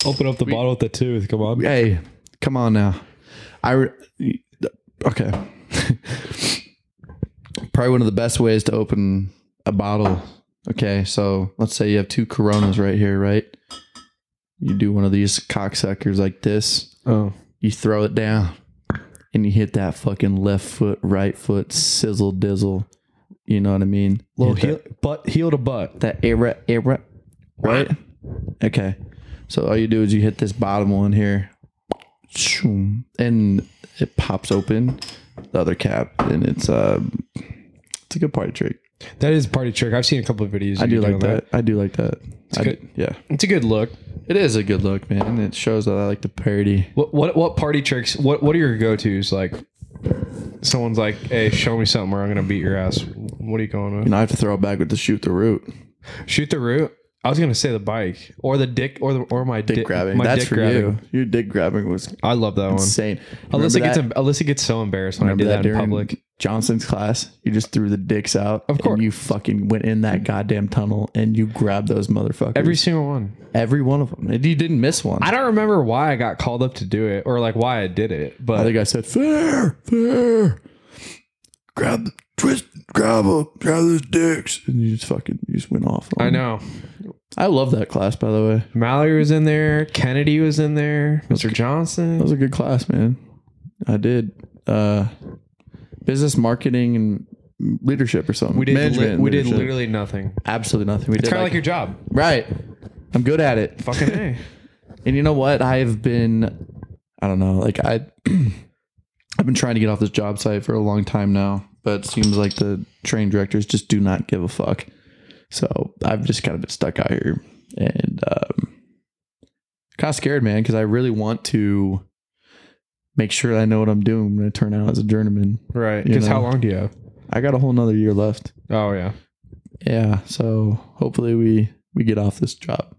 Speaker 1: Open up the bottle with the tooth. Come on.
Speaker 2: hey, come on now. I re- okay. <laughs> Probably one of the best ways to open a bottle. Okay, so let's say you have two Coronas right here, right? You do one of these cocksuckers like this.
Speaker 1: Oh,
Speaker 2: you throw it down and you hit that fucking left foot, right foot, sizzle dizzle. You know what I mean?
Speaker 1: little
Speaker 2: Hit
Speaker 1: heel, butt, heel to butt.
Speaker 2: that, that era, era, right? Okay. So all you do is you hit this bottom one here, shoom, and it pops open the other cap, and it's uh, it's a good party trick.
Speaker 1: That is a party trick. I've seen a couple of videos.
Speaker 2: I
Speaker 1: of
Speaker 2: do
Speaker 1: you
Speaker 2: like
Speaker 1: doing
Speaker 2: that. I do like that. I-
Speaker 1: good.
Speaker 2: Yeah,
Speaker 1: It's a good look.
Speaker 2: it is a good look, man. It shows that I like to parody.
Speaker 1: What what what party tricks? What what are your go tos? Like, someone's like, "Hey, show me something, or I'm gonna beat your ass." What are you going with?
Speaker 2: You know, I have to throw it back with the shoot the root.
Speaker 1: Shoot the root. I was gonna say the bike or the dick or the or my dick,
Speaker 2: dick grabbing.
Speaker 1: My
Speaker 2: That's
Speaker 1: dick
Speaker 2: for
Speaker 1: grabbing.
Speaker 2: you. Your dick grabbing was
Speaker 1: I love that one.
Speaker 2: insane.
Speaker 1: Alyssa
Speaker 2: Remember
Speaker 1: gets
Speaker 2: that-
Speaker 1: em- Alyssa gets so embarrassed when I
Speaker 2: remember
Speaker 1: do that, in
Speaker 2: during <laughs>
Speaker 1: public.
Speaker 2: Johnson's class, you just threw the dicks out. Of
Speaker 1: course.
Speaker 2: And you fucking went in that goddamn tunnel and you grabbed those motherfuckers.
Speaker 1: Every single one.
Speaker 2: every one of them. And you didn't miss one.
Speaker 1: I don't remember why I got called up to do it or like why I did it, but
Speaker 2: I think I said fair, fair. Grab, the- twist, grab them, grab those dicks, and you just fucking, you just went off. on
Speaker 1: I
Speaker 2: them.
Speaker 1: know
Speaker 2: I love that class, by the way.
Speaker 1: Mallory was in there, Kennedy was in there, Mr. Johnson.
Speaker 2: That was a good class, man. I did uh, business marketing and leadership or something.
Speaker 1: We did
Speaker 2: Management
Speaker 1: li-
Speaker 2: and
Speaker 1: we did
Speaker 2: leadership.
Speaker 1: literally nothing.
Speaker 2: absolutely nothing. We
Speaker 1: It's
Speaker 2: did
Speaker 1: kind of
Speaker 2: like,
Speaker 1: like your
Speaker 2: <laughs>
Speaker 1: job.
Speaker 2: right. I'm good at it.
Speaker 1: Fucking a.
Speaker 2: And you know what? I've been, I don't know, like I, <clears throat> I've been trying to get off this job site for a long time now, but it seems like the train directors just do not give a fuck. So I've just kind of been stuck out here and um, kind of scared, man, because I really want to make sure I know what I'm doing when I turn out as a journeyman.
Speaker 1: right?
Speaker 2: You
Speaker 1: Because how
Speaker 2: know.
Speaker 1: long do you have?
Speaker 2: I got a whole nother year left.
Speaker 1: Oh yeah,
Speaker 2: Yeah. So hopefully we, we get off this job.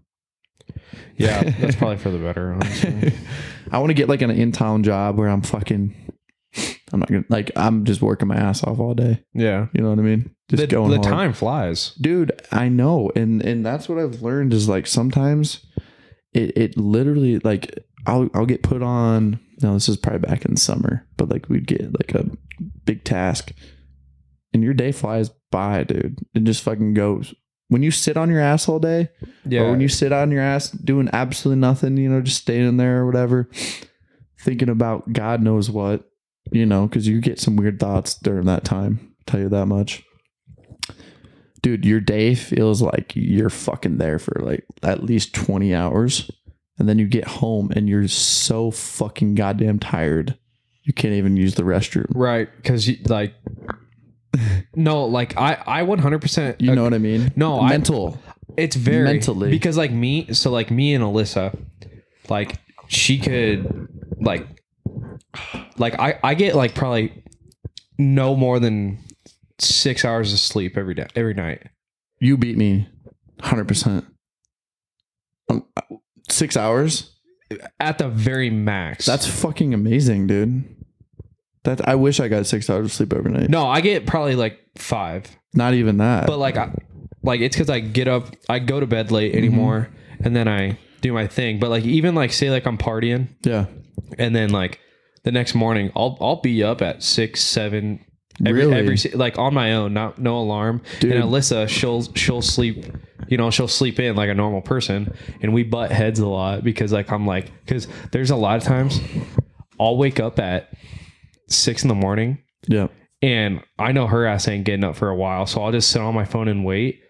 Speaker 1: yeah. That's probably for the better.
Speaker 2: <laughs>
Speaker 1: Honestly.
Speaker 2: I want to get like an in town job where I'm fucking. I'm not gonna like. I'm just working my ass off all day.
Speaker 1: Yeah,
Speaker 2: You know what I mean? Just
Speaker 1: the,
Speaker 2: going
Speaker 1: the
Speaker 2: hard.
Speaker 1: time flies.
Speaker 2: dude. I know, and and that's what I've learned is like sometimes, it it literally like I'll I'll get put on. No, this is probably back in summer, but like we'd get like a big task, and your day flies by, dude. It just fucking goes. when you sit on your ass all day,
Speaker 1: Yeah.
Speaker 2: or when you sit on your ass doing absolutely nothing, you know, just staying there or whatever, thinking about God knows what, you know, because you get some weird thoughts during that time. Tell you that much. Dude, your day feels like you're fucking there for like at least 20 hours. And then you get home and you're so fucking goddamn tired. You can't even use the restroom.
Speaker 1: right. Cause you, like, <laughs> no, like I, I 100%,
Speaker 2: You know what I mean?
Speaker 1: uh, No, I-
Speaker 2: mental.
Speaker 1: it's very
Speaker 2: mentally.
Speaker 1: because like me, so like me and Alyssa, like she could like, like I, I get like probably no more than six hours of sleep every day, every night.
Speaker 2: you beat me 100%. Um, six hours?
Speaker 1: at the very max.
Speaker 2: That's fucking amazing, dude. That I wish I got six hours of sleep every night.
Speaker 1: no, I get probably like five,
Speaker 2: Not even that.
Speaker 1: but like, I, like it's because I get up, I go to bed late anymore,
Speaker 2: Mm-hmm.
Speaker 1: and then I do my thing. But like, even like say like I'm partying,
Speaker 2: yeah,
Speaker 1: and then like the next morning, I'll I'll be up at six, seven, every,
Speaker 2: Really?
Speaker 1: every si- like on my own, not no alarm.
Speaker 2: Dude.
Speaker 1: And Alyssa, she'll she'll sleep. You know, she'll sleep in like a normal person, and we butt heads a lot because like I'm like because there's a lot of times I'll wake up at six in the morning
Speaker 2: yeah.
Speaker 1: and I know her ass ain't getting up for a while, so I'll just sit on my phone and wait.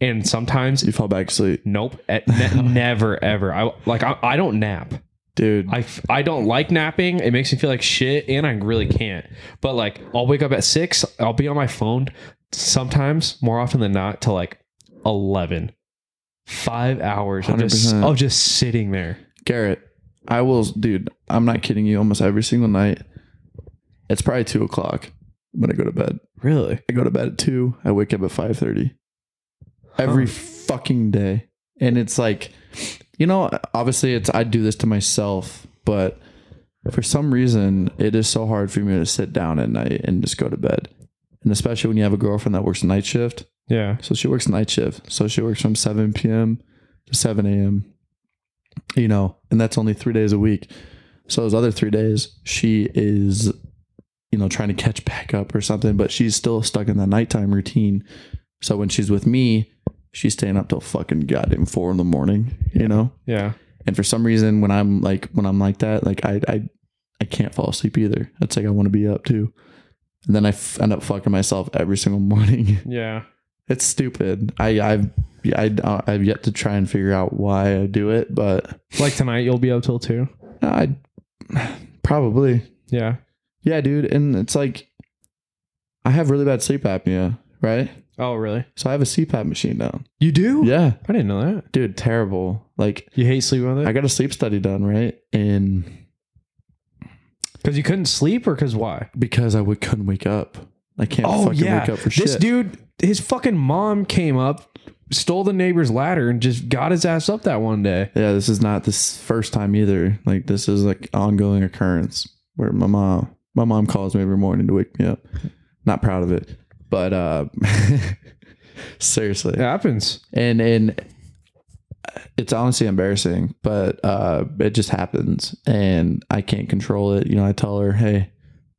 Speaker 1: And sometimes,
Speaker 2: You fall back asleep,
Speaker 1: nope, at ne- never ever. I like I, I don't nap.
Speaker 2: dude.
Speaker 1: I, f- I don't like napping. It makes me feel like shit, and I really can't. But like, I'll wake up at six. I'll be on my phone sometimes, more often than not, to like eleven. Five hours of just
Speaker 2: 100%.
Speaker 1: of just sitting there.
Speaker 2: Garrett, I will, dude. I'm not kidding you. Almost every single night, it's probably two o'clock when I go to bed.
Speaker 1: Really?
Speaker 2: I go to bed at two. I wake up at five thirty. Every fucking day, and it's like, you know, obviously, it's I do this to myself, but for some reason, it is so hard for me to sit down at night and just go to bed, and especially when you have a girlfriend that works night shift.
Speaker 1: Yeah.
Speaker 2: So she works night shift. So she works from 7 p.m. to 7 a.m. You know, and that's only three days a week. So those other three days, she is, you know, trying to catch back up or something, but she's still stuck in the nighttime routine. So when she's with me, she's staying up till fucking goddamn four in the morning, you know?
Speaker 1: Yeah.
Speaker 2: And for some reason, when I'm like when I'm like that, like I I, I can't fall asleep either. It's like I want to be up too, and then I f- end up fucking myself every single morning. <laughs>
Speaker 1: Yeah.
Speaker 2: It's stupid. I I've I, uh, I've yet to try and figure out why I do it, but uh,
Speaker 1: Like tonight, you'll be up till two.
Speaker 2: I probably
Speaker 1: Yeah.
Speaker 2: yeah, dude. And it's like I have really bad sleep apnea, right?
Speaker 1: Oh, really?
Speaker 2: So I have a CPAP machine now.
Speaker 1: You do?
Speaker 2: Yeah,
Speaker 1: I didn't know that.
Speaker 2: dude, terrible. Like
Speaker 1: You hate sleeping with
Speaker 2: I
Speaker 1: it
Speaker 2: got a sleep study done, right? And
Speaker 1: because you couldn't sleep, or because why?
Speaker 2: because I would couldn't wake up, I can't fucking wake up for
Speaker 1: Oh, this
Speaker 2: shit.
Speaker 1: dude, his fucking mom came up, stole the neighbor's ladder, and just got his ass up that one day.
Speaker 2: yeah, this is not this first time either. Like this is like ongoing occurrence where my mom my mom calls me every morning to wake me up. Not proud of it. But uh <laughs> seriously.
Speaker 1: It happens.
Speaker 2: And and it's honestly embarrassing, but uh it just happens and I can't control it. You know, I tell her, "Hey,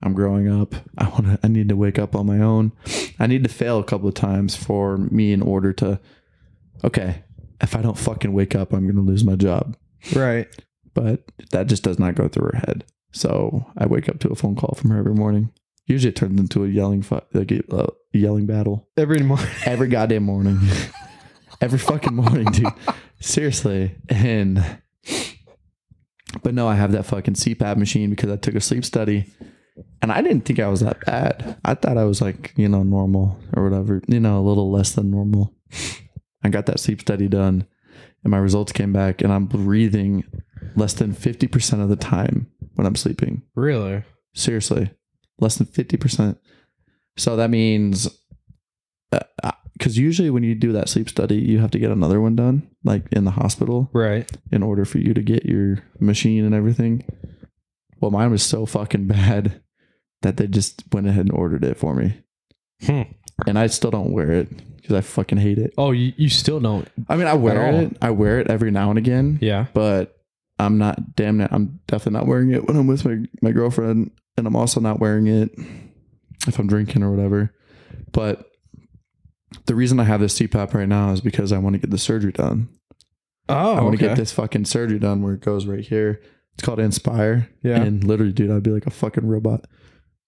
Speaker 2: I'm growing up. I want to I need to wake up on my own. I need to fail a couple of times for me in order to okay, if I don't fucking wake up, I'm going to lose my job."
Speaker 1: Right.
Speaker 2: but that just does not go through her head. So I wake up to a phone call from her every morning. Usually it turns into a yelling fight, like a uh, yelling battle
Speaker 1: Every <laughs> morning.
Speaker 2: every goddamn morning, <laughs> every fucking morning, dude. Seriously, and but no, I have that fucking CPAP machine because I took a sleep study, and I didn't think I was that bad. I thought I was like you know normal or whatever, you know, a little less than normal. I got that sleep study done, and my results came back, and I'm breathing less than fifty percent of the time when I'm sleeping.
Speaker 1: Really?
Speaker 2: Seriously, less than fifty percent. So that means, because usually when you do that sleep study, you have to get another one done, like in the hospital,
Speaker 1: Right.
Speaker 2: in order for you to get your machine and everything. Well, mine was so fucking bad that they just went ahead and ordered it for me,
Speaker 1: Hmm.
Speaker 2: and I still don't wear it because I fucking hate it.
Speaker 1: Oh, you, you still don't.
Speaker 2: I mean, I
Speaker 1: At all.
Speaker 2: wear it, I wear it every now and again,
Speaker 1: Yeah.
Speaker 2: but I'm not damn it. I'm definitely not wearing it when I'm with my, my girlfriend, and I'm also not wearing it if I'm drinking or whatever. But the reason I have this CPAP right now is because I want to get the surgery done.
Speaker 4: Oh,
Speaker 2: I want to
Speaker 4: okay.
Speaker 2: get this fucking surgery done where it goes right here. It's called Inspire.
Speaker 4: Yeah.
Speaker 2: And literally, dude, I'd be like a fucking robot.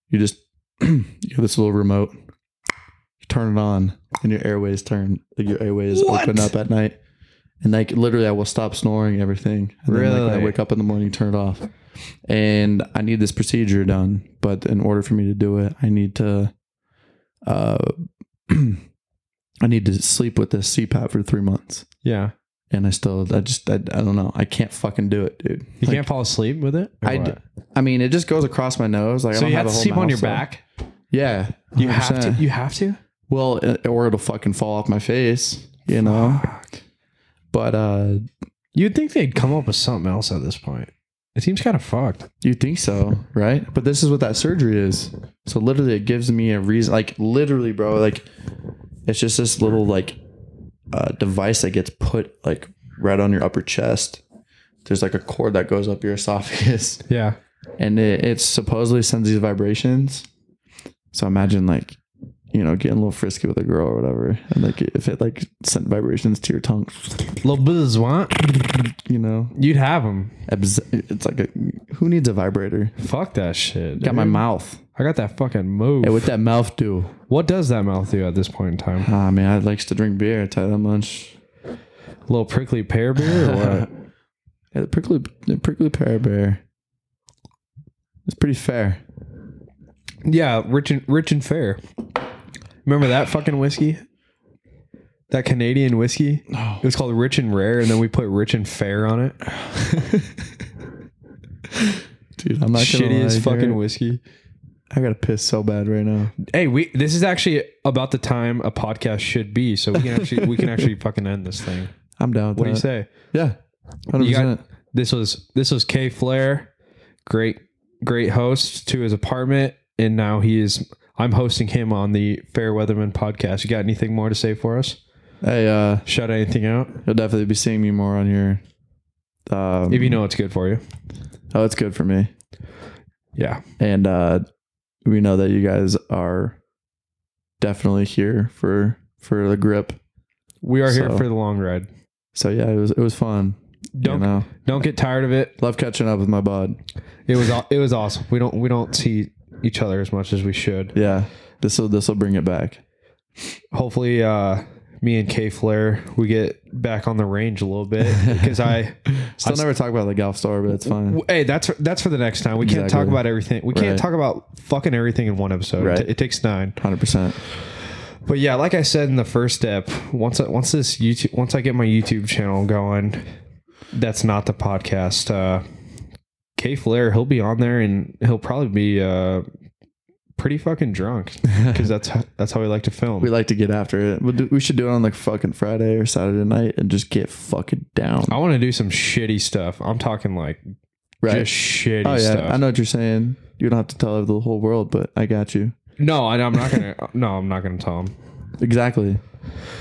Speaker 2: You just <clears throat> you have this little remote, you turn it on, and your airways turn like your airways
Speaker 4: What?
Speaker 2: open up at night. And like literally I will stop snoring and everything. And then like, when
Speaker 4: Really?
Speaker 2: I wake up in the morning, turn it off. And I need this procedure done. But in order for me to do it, I need to uh <clears throat> I need to sleep with this CPAP for three months
Speaker 1: Yeah.
Speaker 2: and I still, I just, I, I don't know. I can't fucking do it, dude.
Speaker 1: You
Speaker 2: Like,
Speaker 1: can't fall asleep with it? Or
Speaker 2: I, d-
Speaker 1: what?
Speaker 2: I mean, it just goes across my nose. Like, I
Speaker 1: so
Speaker 2: don't
Speaker 1: you
Speaker 2: have
Speaker 1: have to
Speaker 2: a whole
Speaker 1: sleep on
Speaker 2: mouth,
Speaker 1: your
Speaker 2: so-
Speaker 1: back?
Speaker 2: Yeah.
Speaker 1: You have to?
Speaker 2: 100%.
Speaker 1: You have to?
Speaker 2: well, uh, or it'll fucking fall off my face, you know? But, uh,
Speaker 1: You'd think they'd come up with something else at this point. It seems kind of fucked.
Speaker 2: you think so, right? But this is what that surgery is. So literally, it gives me a reason. Like, literally, bro, like, it's just this little, like, uh, device that gets put, like, right on your upper chest. There's like a cord that goes up your <laughs> esophagus.
Speaker 1: Yeah.
Speaker 2: and it, it supposedly sends these vibrations. So imagine like, you know, getting a little frisky with a girl or whatever, and like if it like sent vibrations to your tongue,
Speaker 1: Little buzz, what?
Speaker 2: you know,
Speaker 1: You'd have them.
Speaker 2: abs- it's like a who needs a vibrator?
Speaker 1: Fuck that shit.
Speaker 2: Got my
Speaker 1: dude.
Speaker 2: mouth.
Speaker 1: I got that fucking move.
Speaker 2: Hey, what that mouth do?
Speaker 1: what does that mouth do at this point in time?
Speaker 2: Ah man, I likes to drink beer. I tell you that much.
Speaker 1: little prickly pear beer or <laughs> what?
Speaker 2: Yeah, the prickly, the prickly pear bear. It's pretty fair.
Speaker 1: yeah, rich and rich and fair. Remember that fucking whiskey? That Canadian whiskey? It was called Rich and Rare, and then we put Rich and Fair on it.
Speaker 2: Dude, I'm not gonna lie,
Speaker 1: Shittiest fucking
Speaker 2: Garrett.
Speaker 1: whiskey.
Speaker 2: I gotta piss so bad right now.
Speaker 1: Hey, we this is actually about the time a podcast should be, so we can actually we can actually fucking end this thing.
Speaker 2: I'm down. With
Speaker 1: What do you
Speaker 2: that.
Speaker 1: say?
Speaker 2: Yeah, hundred
Speaker 1: You got-
Speaker 2: percent.
Speaker 1: This was this was K Flair, great great host to his apartment, and now he is. I'm hosting him on the Fair Weatherman podcast. You got anything more to say for us?
Speaker 2: Hey, uh,
Speaker 1: Shut anything out
Speaker 2: You'll definitely be seeing me more on here. Um,
Speaker 1: if you know it's good for you.
Speaker 2: oh, it's good for me.
Speaker 1: Yeah,
Speaker 2: And uh, we know that you guys are definitely here for for the grip.
Speaker 1: we are here
Speaker 2: So-
Speaker 1: for the long ride.
Speaker 2: So yeah, it was it was fun.
Speaker 1: Don't
Speaker 2: You know,
Speaker 1: don't get tired of it.
Speaker 2: love catching up with my bud.
Speaker 1: It was aw- it was awesome. We don't we don't see each other as much as we should.
Speaker 2: Yeah, this will this will bring it back.
Speaker 1: hopefully uh me and K Flair we get back on the range a little bit because I
Speaker 2: Still never talk about the golf star, but it's fine.
Speaker 1: hey that's that's for the next time we can't talk
Speaker 2: Exactly.
Speaker 1: about everything we can't
Speaker 2: Right.
Speaker 1: talk about fucking everything in one episode
Speaker 2: Right.
Speaker 1: it, it takes nine
Speaker 2: Hundred percent.
Speaker 1: but yeah like I said in the first step once I, once this YouTube once I get my YouTube channel going that's not the podcast uh K Flair he'll be on there and he'll probably be uh pretty fucking
Speaker 2: <laughs>
Speaker 1: drunk because that's how, that's how we like to film
Speaker 2: We like to get after it. We'll do, we should do it on like fucking Friday or Saturday night and just get fucking down.
Speaker 1: I want to do some shitty stuff. I'm talking like just shitty
Speaker 2: Oh yeah,
Speaker 1: stuff.
Speaker 2: I know what you're saying. You don't have to tell the whole world, but I got you.
Speaker 1: No, I, I'm not gonna. <laughs> no, I'm not gonna tell him.
Speaker 2: Exactly.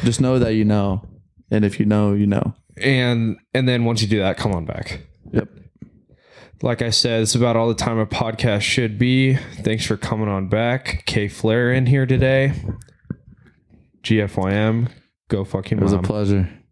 Speaker 2: Just know that you know, and if you know, you know.
Speaker 1: And and then once you do that, come on back.
Speaker 2: Yep.
Speaker 1: Like I said, it's about all the time a podcast should be. Thanks for coming on back. K Flair in here today. GFYM, go fuck your
Speaker 2: It was
Speaker 1: mom.
Speaker 2: a pleasure.